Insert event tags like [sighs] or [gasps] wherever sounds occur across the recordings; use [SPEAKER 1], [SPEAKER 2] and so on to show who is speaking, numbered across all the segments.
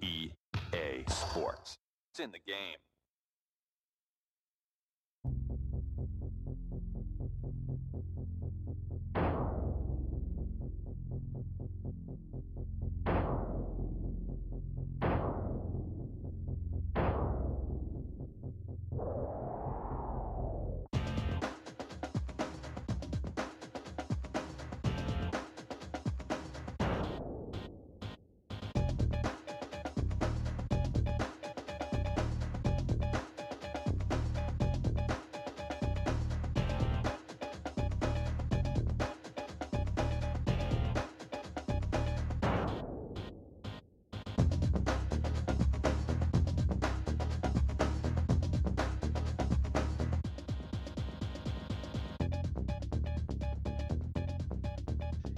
[SPEAKER 1] E sports. It's in the game.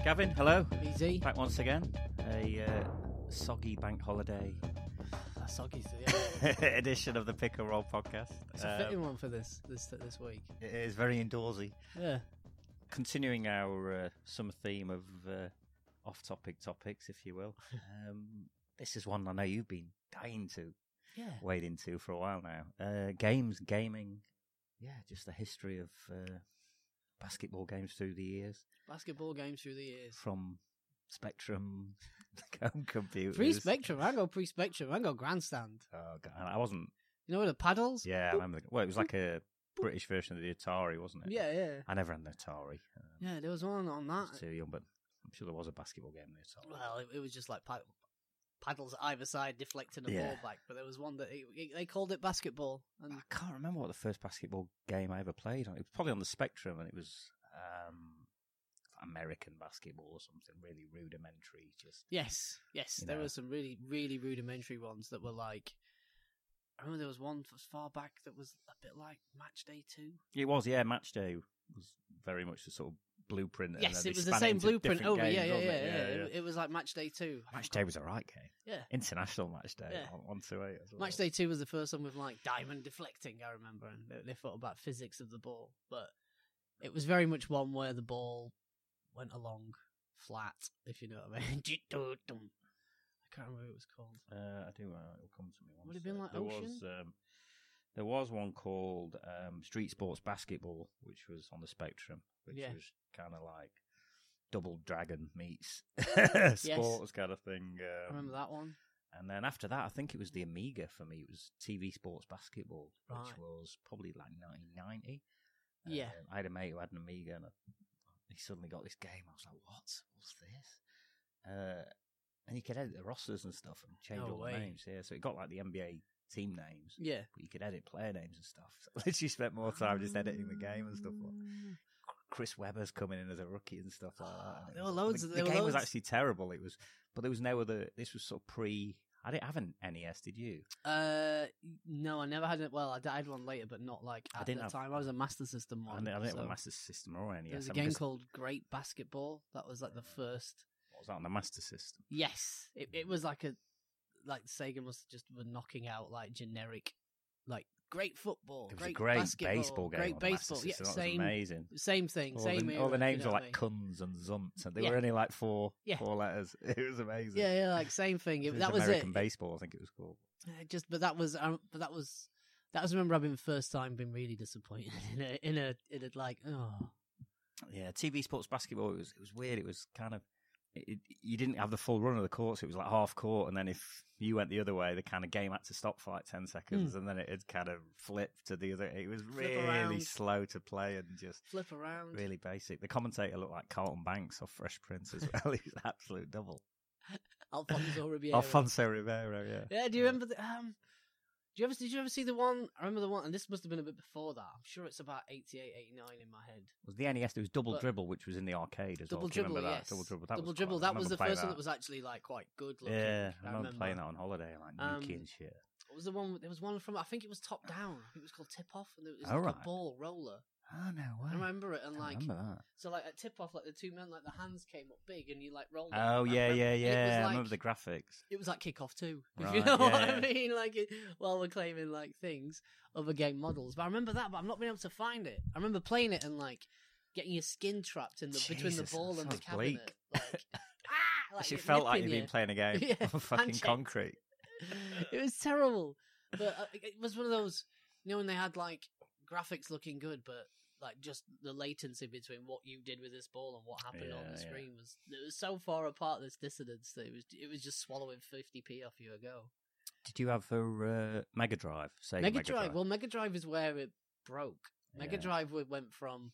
[SPEAKER 2] Gavin, hello.
[SPEAKER 3] Easy.
[SPEAKER 2] Back once again. A uh, soggy bank holiday [laughs]
[SPEAKER 3] That's soggy. so yeah. [laughs]
[SPEAKER 2] edition of the Pick and Roll podcast.
[SPEAKER 3] It's a
[SPEAKER 2] Uh,
[SPEAKER 3] fitting one for this this this week.
[SPEAKER 2] it is very indoorsy.
[SPEAKER 3] Yeah.
[SPEAKER 2] Continuing our uh, summer theme of uh, off-topic topics, if you
[SPEAKER 3] [laughs]
[SPEAKER 2] will. Um, this is one I know you've been dying to
[SPEAKER 3] Yeah.
[SPEAKER 2] wade into for a while now. Uh, games, gaming, yeah, just the history of uh, basketball games through the years,
[SPEAKER 3] Basketball games through the years.
[SPEAKER 2] from Spectrum, [laughs] home computers.
[SPEAKER 3] Pre spectrum. I go pre spectrum. I go grandstand.
[SPEAKER 2] Oh god, I wasn't.
[SPEAKER 3] You know where the paddles?
[SPEAKER 2] Yeah, I remember. the- Well, it was like a British version of the Atari, wasn't it?
[SPEAKER 3] Yeah, yeah.
[SPEAKER 2] I never had an Atari. Uh,
[SPEAKER 3] Yeah, there was one on
[SPEAKER 2] I was
[SPEAKER 3] that.
[SPEAKER 2] too young, but I'm sure there was a basketball game on the Atari.
[SPEAKER 3] Well, it, it was just like pad- paddles either side deflecting the
[SPEAKER 2] Yeah.
[SPEAKER 3] ball back, but there was one that it, it- they called it basketball. And
[SPEAKER 2] I can't remember what the first basketball game I ever played on. It was probably on the Spectrum, and it was um, American basketball or something really rudimentary. Just
[SPEAKER 3] yes, yes,
[SPEAKER 2] You
[SPEAKER 3] there
[SPEAKER 2] know.
[SPEAKER 3] were some really, really rudimentary ones that were like. I remember there was one as far back that was a bit like Match Day 2.
[SPEAKER 2] it was, yeah. Match day was very much the sort of blueprint. and
[SPEAKER 3] Yes,
[SPEAKER 2] then
[SPEAKER 3] it
[SPEAKER 2] they
[SPEAKER 3] was the
[SPEAKER 2] span it
[SPEAKER 3] same
[SPEAKER 2] into
[SPEAKER 3] blueprint
[SPEAKER 2] different
[SPEAKER 3] over. yeah,
[SPEAKER 2] games,
[SPEAKER 3] yeah, yeah,
[SPEAKER 2] wasn't
[SPEAKER 3] yeah,
[SPEAKER 2] it?
[SPEAKER 3] It, it was like match day two.
[SPEAKER 2] Match day was a right game.
[SPEAKER 3] Yeah.
[SPEAKER 2] International match day.
[SPEAKER 3] Yeah.
[SPEAKER 2] on- One two eight. As well.
[SPEAKER 3] Match day two was the first one with like diamond deflecting. I remember, and they- they thought about physics of the ball, but it was very much one where the ball went along flat, if you know what I mean. [laughs] Doo-doo-dum. I can't remember what it was called.
[SPEAKER 2] Uh, I do. Uh, it'll come to me. Once.
[SPEAKER 3] Would it been
[SPEAKER 2] Uh,
[SPEAKER 3] like
[SPEAKER 2] there
[SPEAKER 3] Ocean?
[SPEAKER 2] Was, um, there was one called um, Street Sports Basketball, which was on the Spectrum, which
[SPEAKER 3] Yeah.
[SPEAKER 2] was kind of like Double Dragon meets [laughs] sports kind of thing. Um,
[SPEAKER 3] I remember that one.
[SPEAKER 2] And then after that, I think it was the Amiga for me. It was TV Sports Basketball, which
[SPEAKER 3] Right.
[SPEAKER 2] was probably like 1990.
[SPEAKER 3] Yeah.
[SPEAKER 2] Um, I had a mate who had an Amiga, and I, he suddenly got this game. I was like, "What? What's this?" Uh, and you could edit the rosters and stuff and change
[SPEAKER 3] No
[SPEAKER 2] all
[SPEAKER 3] way.
[SPEAKER 2] the names. Yeah, so it got like the NBA team names,
[SPEAKER 3] Yeah.
[SPEAKER 2] but you could edit player names and stuff. [laughs] So I literally spent more time just editing the game and stuff. Like, Chris Webber's coming in as a rookie and stuff like that. And it
[SPEAKER 3] [gasps] There
[SPEAKER 2] was-
[SPEAKER 3] were loads
[SPEAKER 2] The,
[SPEAKER 3] of-
[SPEAKER 2] the
[SPEAKER 3] there were
[SPEAKER 2] game was
[SPEAKER 3] loads.
[SPEAKER 2] actually terrible. It was, but there was no other. This was sort of pre. I didn't have an NES, did you?
[SPEAKER 3] Uh, no, I never had it. Well, I d- I had one later, but not like
[SPEAKER 2] I
[SPEAKER 3] at
[SPEAKER 2] didn't
[SPEAKER 3] the
[SPEAKER 2] have-
[SPEAKER 3] time. I was a Master System
[SPEAKER 2] I
[SPEAKER 3] one.
[SPEAKER 2] didn't, I didn't have
[SPEAKER 3] so
[SPEAKER 2] a Master System or NES.
[SPEAKER 3] There was a
[SPEAKER 2] I mean,
[SPEAKER 3] game
[SPEAKER 2] 'cause-
[SPEAKER 3] called Great Basketball. That was like the first
[SPEAKER 2] What was that on the Master System?
[SPEAKER 3] Yes, it, it was like a like Sega must just were knocking out like generic, like great football,
[SPEAKER 2] It was
[SPEAKER 3] great,
[SPEAKER 2] a great
[SPEAKER 3] basketball,
[SPEAKER 2] baseball game.
[SPEAKER 3] great
[SPEAKER 2] on the Master
[SPEAKER 3] baseball. Yeah,
[SPEAKER 2] System. That was
[SPEAKER 3] same,
[SPEAKER 2] amazing.
[SPEAKER 3] same thing,
[SPEAKER 2] All
[SPEAKER 3] same.
[SPEAKER 2] the, all the
[SPEAKER 3] era, you
[SPEAKER 2] names
[SPEAKER 3] know
[SPEAKER 2] are
[SPEAKER 3] what I
[SPEAKER 2] like
[SPEAKER 3] mean?
[SPEAKER 2] Cuns and Zunts, and they
[SPEAKER 3] Yeah.
[SPEAKER 2] were only like four
[SPEAKER 3] Yeah.
[SPEAKER 2] four letters. [laughs] It was amazing.
[SPEAKER 3] yeah, yeah, like same thing. It-
[SPEAKER 2] It was
[SPEAKER 3] that was
[SPEAKER 2] American
[SPEAKER 3] it.
[SPEAKER 2] baseball, I think it was called.
[SPEAKER 3] Uh, Just, but that was, um, but that was, that was. I remember having the first time being really disappointed [laughs] in a, in a, in a like, oh,
[SPEAKER 2] Yeah, TV sports basketball. It was it was weird. It was kind of it, it- you didn't have the full run of the courts. It was like half court, and then if you went the other way, the kind of game had to stop for like ten seconds, and then it had kind of flipped to the other. It was
[SPEAKER 3] Hmm. Flip
[SPEAKER 2] really
[SPEAKER 3] around.
[SPEAKER 2] slow to play and just
[SPEAKER 3] flip around.
[SPEAKER 2] really basic. The commentator looked like Carlton Banks or Fresh Prince
[SPEAKER 3] [laughs]
[SPEAKER 2] as well. he was an absolute double. [laughs]
[SPEAKER 3] Alfonso Ribeiro.
[SPEAKER 2] Alfonso Rivero, yeah.
[SPEAKER 3] Yeah, do you remember the um? Do you ever did you ever see the one? I remember the one, and this must have been a bit before that. I'm sure it's about 88, 89 in my head.
[SPEAKER 2] It was the NES. There was Double
[SPEAKER 3] But-
[SPEAKER 2] Dribble, which was in the arcade as
[SPEAKER 3] Double
[SPEAKER 2] well. Do you
[SPEAKER 3] dribble,
[SPEAKER 2] remember that?
[SPEAKER 3] yes.
[SPEAKER 2] Double Dribble. That
[SPEAKER 3] Double
[SPEAKER 2] was quite-
[SPEAKER 3] dribble.
[SPEAKER 2] I
[SPEAKER 3] That was
[SPEAKER 2] remember
[SPEAKER 3] the
[SPEAKER 2] playing
[SPEAKER 3] first one that was actually like quite good looking.
[SPEAKER 2] Yeah, I
[SPEAKER 3] I
[SPEAKER 2] remember,
[SPEAKER 3] remember.
[SPEAKER 2] playing that on holiday, like
[SPEAKER 3] Um,
[SPEAKER 2] Nuki and shit.
[SPEAKER 3] What was the one? There was one from I think it was top down. I think it was called tip off, and it was
[SPEAKER 2] Oh,
[SPEAKER 3] like
[SPEAKER 2] right.
[SPEAKER 3] a ball roller.
[SPEAKER 2] Oh no way!
[SPEAKER 3] I remember it, and
[SPEAKER 2] Don't
[SPEAKER 3] like
[SPEAKER 2] remember that.
[SPEAKER 3] so, like at tip off, like the two men, like the hands came up big, and you like rolled. it.
[SPEAKER 2] Oh yeah,
[SPEAKER 3] I remember-
[SPEAKER 2] yeah,
[SPEAKER 3] and it was,
[SPEAKER 2] yeah. I
[SPEAKER 3] like-
[SPEAKER 2] remember the graphics.
[SPEAKER 3] it was like kickoff too. [laughs] If you
[SPEAKER 2] Right,
[SPEAKER 3] know
[SPEAKER 2] yeah,
[SPEAKER 3] what
[SPEAKER 2] yeah.
[SPEAKER 3] I mean, like it, while we're claiming like things, other game models. But I remember that, but I've not been able to find it. I remember playing it and like getting your skin trapped in the between the
[SPEAKER 2] Jesus, that
[SPEAKER 3] ball and the
[SPEAKER 2] sounds bleak. [laughs]
[SPEAKER 3] cabinet. Like, [laughs] ah, like
[SPEAKER 2] Actually,
[SPEAKER 3] it
[SPEAKER 2] felt like
[SPEAKER 3] nipping
[SPEAKER 2] you'd been playing a game
[SPEAKER 3] [laughs] Yeah,
[SPEAKER 2] on fucking
[SPEAKER 3] handshake.
[SPEAKER 2] concrete.
[SPEAKER 3] it [laughs] was terrible. But uh, it was one of those, you know, when they had like graphics looking good, but like just the latency between what you did with this ball and what happened on
[SPEAKER 2] Yeah,
[SPEAKER 3] the
[SPEAKER 2] yeah.
[SPEAKER 3] screen was it was so far apart. This dissonance that it was it was just swallowing fifty p off you ago.
[SPEAKER 2] Did you have for uh, Mega Drive? Sega
[SPEAKER 3] Mega Drive. Well, Mega Drive is where it broke. Mega
[SPEAKER 2] Yeah.
[SPEAKER 3] Drive w- went from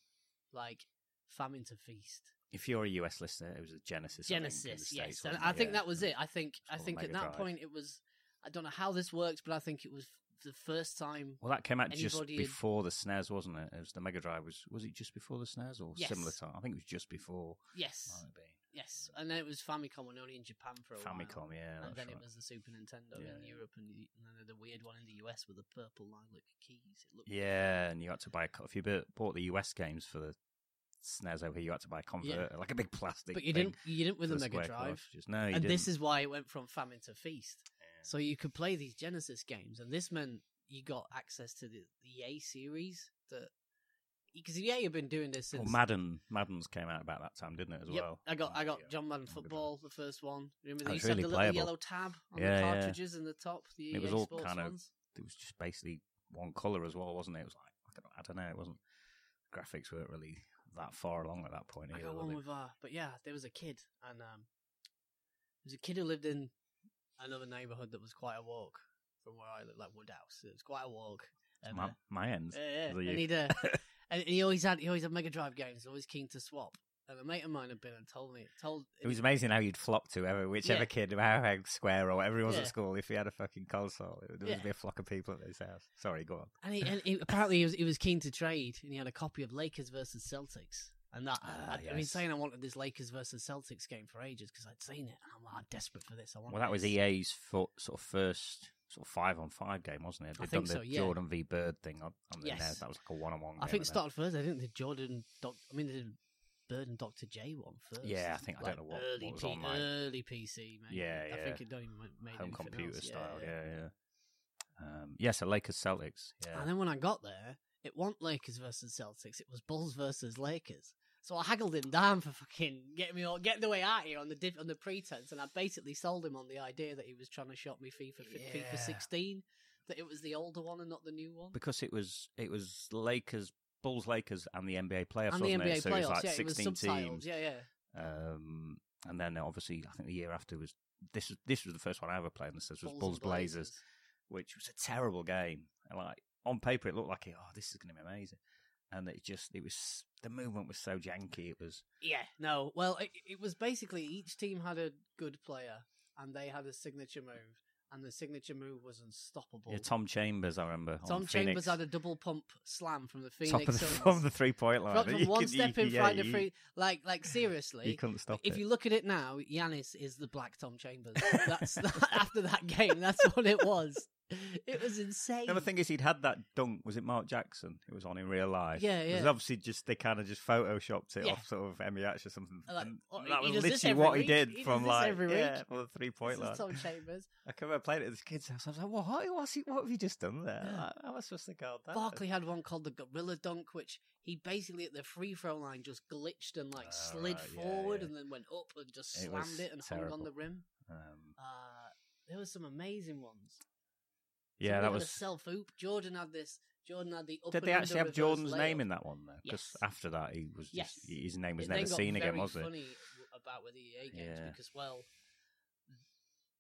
[SPEAKER 3] like famine to feast.
[SPEAKER 2] If you're a US listener, it was a Genesis. I think, in the
[SPEAKER 3] Genesis,
[SPEAKER 2] States,
[SPEAKER 3] yes. And
[SPEAKER 2] wasn't
[SPEAKER 3] I think
[SPEAKER 2] Yeah.
[SPEAKER 3] that was it. I think I
[SPEAKER 2] called
[SPEAKER 3] think at
[SPEAKER 2] Mega
[SPEAKER 3] that
[SPEAKER 2] Drive.
[SPEAKER 3] point it was. I don't know how this works, but I think it was the first time.
[SPEAKER 2] Well, that came out just
[SPEAKER 3] Anybody had-
[SPEAKER 2] before the SNES, wasn't it? It was the Mega Drive. Was was it just before the SNES or
[SPEAKER 3] Yes.
[SPEAKER 2] similar time? I think it was just before.
[SPEAKER 3] Yes,
[SPEAKER 2] Might have been
[SPEAKER 3] yes. And then it was Famicom, and only in Japan for a while.
[SPEAKER 2] Famicom. Yeah,
[SPEAKER 3] and
[SPEAKER 2] that's
[SPEAKER 3] then
[SPEAKER 2] right.
[SPEAKER 3] it was the Super Nintendo
[SPEAKER 2] Yeah,
[SPEAKER 3] in
[SPEAKER 2] yeah.
[SPEAKER 3] Europe, and, the, and then the weird one in the US with the purple lilac keys. It looked
[SPEAKER 2] Yeah, and you had to buy a, co- if you bu- bought the US games for the SNES over here, you had to buy a converter, like a big plastic.
[SPEAKER 3] but you
[SPEAKER 2] thing
[SPEAKER 3] didn't. You didn't with
[SPEAKER 2] for
[SPEAKER 3] the
[SPEAKER 2] the
[SPEAKER 3] Mega
[SPEAKER 2] square
[SPEAKER 3] Drive.
[SPEAKER 2] cartridges. No, you
[SPEAKER 3] and
[SPEAKER 2] didn't.
[SPEAKER 3] this is why it went from famine to feast. So you could play these Genesis games, and this meant you got access to the, the EA series that because EA have been doing this since.
[SPEAKER 2] Well, Oh, Madden, Madden's came out about that time, didn't it? As
[SPEAKER 3] Yep,
[SPEAKER 2] well.
[SPEAKER 3] I got I got
[SPEAKER 2] Yeah.
[SPEAKER 3] John Madden
[SPEAKER 2] Mega Drive.
[SPEAKER 3] Football, the first one. Remember
[SPEAKER 2] That was
[SPEAKER 3] they used to have
[SPEAKER 2] really
[SPEAKER 3] the little
[SPEAKER 2] playable.
[SPEAKER 3] yellow tab on
[SPEAKER 2] Yeah,
[SPEAKER 3] the
[SPEAKER 2] yeah.
[SPEAKER 3] cartridges in the top. The EA
[SPEAKER 2] It was all
[SPEAKER 3] Sports
[SPEAKER 2] kind of-
[SPEAKER 3] ones.
[SPEAKER 2] It was just basically one color as well, wasn't it? It was like I don't, I don't know. It wasn't graphics weren't really that far along at that point.
[SPEAKER 3] I
[SPEAKER 2] either,
[SPEAKER 3] got
[SPEAKER 2] were
[SPEAKER 3] one
[SPEAKER 2] they?
[SPEAKER 3] with uh, but yeah, there was a kid, and um, there was a kid who lived in another neighborhood that was quite a walk from where I lived, like Woodhouse. It was quite a walk.
[SPEAKER 2] It's
[SPEAKER 3] Um,
[SPEAKER 2] my, my ends.
[SPEAKER 3] Yeah,
[SPEAKER 2] So you-
[SPEAKER 3] yeah. And
[SPEAKER 2] [laughs]
[SPEAKER 3] he'd, uh, and he always had he always had Mega Drive games. Always keen to swap. And a mate of mine had been and told me told
[SPEAKER 2] It was amazing how you'd flock to whoever, whichever
[SPEAKER 3] Yeah.
[SPEAKER 2] kid, how square or whatever he was
[SPEAKER 3] Yeah.
[SPEAKER 2] at school. If he had a fucking console, it would there would
[SPEAKER 3] Yeah.
[SPEAKER 2] be a flock of people at his house. Sorry, go on.
[SPEAKER 3] and, he, and he, apparently he was he was keen to trade, and he had a copy of Lakers versus Celtics. And that
[SPEAKER 2] Ah,
[SPEAKER 3] I, have been
[SPEAKER 2] yes.
[SPEAKER 3] saying I wanted this Lakers versus Celtics game for ages because I'd seen it. And I'm like, I'm desperate for this. I want.
[SPEAKER 2] Well, that was
[SPEAKER 3] this."
[SPEAKER 2] EA's fo- sort of first sort of five on five game, wasn't it? They'd
[SPEAKER 3] think
[SPEAKER 2] done
[SPEAKER 3] so,
[SPEAKER 2] the
[SPEAKER 3] yeah.
[SPEAKER 2] Jordan v Bird thing on, on the
[SPEAKER 3] Yes.
[SPEAKER 2] NES. That was like a one on one.
[SPEAKER 3] I think it started first. I think the Jordan. Doc, I mean, the Bird and Doctor J one first.
[SPEAKER 2] Yeah, I think- I don't know what-
[SPEAKER 3] early
[SPEAKER 2] what was
[SPEAKER 3] P-
[SPEAKER 2] on, like-
[SPEAKER 3] early PC. Maybe.
[SPEAKER 2] Yeah,
[SPEAKER 3] I
[SPEAKER 2] yeah.
[SPEAKER 3] think it don't even ma- made
[SPEAKER 2] home
[SPEAKER 3] anything
[SPEAKER 2] computer
[SPEAKER 3] else.
[SPEAKER 2] style. Yeah, yeah. Um, yeah, so Lakers Celtics. Yeah.
[SPEAKER 3] And then when I got there, it wasn't Lakers versus Celtics, it was Bulls versus Lakers. So I haggled him down for fucking getting me all, getting the way out of here on the diff, on the pretense, and I basically sold him on the idea that he was trying to shop me FIFA fi-
[SPEAKER 2] Yeah.
[SPEAKER 3] FIFA 16, that it was the older one and not the new one.
[SPEAKER 2] because it was it was Lakers, Bulls, Lakers, and the NBA playoffs,
[SPEAKER 3] and the
[SPEAKER 2] wasn't
[SPEAKER 3] NBA
[SPEAKER 2] it? So
[SPEAKER 3] playoffs,
[SPEAKER 2] it was like
[SPEAKER 3] yeah, it was
[SPEAKER 2] sixteen
[SPEAKER 3] subtitled,
[SPEAKER 2] teams.
[SPEAKER 3] yeah, yeah.
[SPEAKER 2] Um, and then obviously, I think the year after was this was this was the first one I ever played. And this was
[SPEAKER 3] and
[SPEAKER 2] Bulls, Blazers, which was a terrible game. And like on paper, it looked like oh, this is going to be amazing. And it just it was the movement was so janky. It was
[SPEAKER 3] Yeah, no. Well, it, it was basically each team had a good player, and they had a signature move, and the signature move was unstoppable.
[SPEAKER 2] yeah, Tom Chambers. I remember
[SPEAKER 3] Tom
[SPEAKER 2] on
[SPEAKER 3] Chambers
[SPEAKER 2] Phoenix,
[SPEAKER 3] had a double pump slam from the Phoenix.
[SPEAKER 2] top of the, [laughs]
[SPEAKER 3] Suns.
[SPEAKER 2] from the three point line.
[SPEAKER 3] Dropped
[SPEAKER 2] [laughs] You
[SPEAKER 3] from one
[SPEAKER 2] could- you-
[SPEAKER 3] step in
[SPEAKER 2] yeah,
[SPEAKER 3] front of
[SPEAKER 2] you-
[SPEAKER 3] free. Like,
[SPEAKER 2] [laughs]
[SPEAKER 3] like
[SPEAKER 2] You
[SPEAKER 3] seriously,
[SPEAKER 2] couldn't stop
[SPEAKER 3] if
[SPEAKER 2] it.
[SPEAKER 3] you look at it now, Yanis is the black Tom Chambers.
[SPEAKER 2] [laughs]
[SPEAKER 3] That's [laughs] after that game. That's what it was. It was insane.
[SPEAKER 2] And the thing is, he'd had that dunk. Was it Mark Jackson? It was on in real life.
[SPEAKER 3] Yeah,
[SPEAKER 2] It was
[SPEAKER 3] yeah.
[SPEAKER 2] obviously just they kind of just photoshopped it
[SPEAKER 3] Yeah.
[SPEAKER 2] off sort of Emiach or something.
[SPEAKER 3] Like,
[SPEAKER 2] And
[SPEAKER 3] oh,
[SPEAKER 2] that
[SPEAKER 3] he
[SPEAKER 2] was
[SPEAKER 3] does this
[SPEAKER 2] literally
[SPEAKER 3] every
[SPEAKER 2] what
[SPEAKER 3] week.
[SPEAKER 2] he did
[SPEAKER 3] He does
[SPEAKER 2] from
[SPEAKER 3] this
[SPEAKER 2] like
[SPEAKER 3] every week.
[SPEAKER 2] yeah, from the three
[SPEAKER 3] this
[SPEAKER 2] point line.
[SPEAKER 3] is Tom Chambers.
[SPEAKER 2] I can remember playing it at this kid's house. I was like, "What? What, what's he, what have you just done there?
[SPEAKER 3] Yeah.
[SPEAKER 2] Like, how am I supposed to guard [laughs] that?"
[SPEAKER 3] Barkley had one called the Gorilla Dunk, which he basically at the free throw line just glitched and like
[SPEAKER 2] Oh,
[SPEAKER 3] slid
[SPEAKER 2] right, yeah,
[SPEAKER 3] forward
[SPEAKER 2] yeah.
[SPEAKER 3] and then went up and just
[SPEAKER 2] It
[SPEAKER 3] slammed
[SPEAKER 2] was
[SPEAKER 3] it, and hung on
[SPEAKER 2] terrible.
[SPEAKER 3] the rim.
[SPEAKER 2] Um,
[SPEAKER 3] Uh, there were some amazing ones.
[SPEAKER 2] yeah,
[SPEAKER 3] Somebody
[SPEAKER 2] that
[SPEAKER 3] had a
[SPEAKER 2] was.
[SPEAKER 3] self oop. Jordan had this. Jordan had the. Up
[SPEAKER 2] Did
[SPEAKER 3] and
[SPEAKER 2] they
[SPEAKER 3] under
[SPEAKER 2] actually have
[SPEAKER 3] reverse
[SPEAKER 2] Jordan's name
[SPEAKER 3] layup.
[SPEAKER 2] in that one though? Because
[SPEAKER 3] Yes.
[SPEAKER 2] after that, he was just
[SPEAKER 3] Yes.
[SPEAKER 2] his name was
[SPEAKER 3] It
[SPEAKER 2] never
[SPEAKER 3] then got
[SPEAKER 2] seen again,
[SPEAKER 3] very
[SPEAKER 2] was it?
[SPEAKER 3] Funny w- about with EA games
[SPEAKER 2] Yeah.
[SPEAKER 3] because well,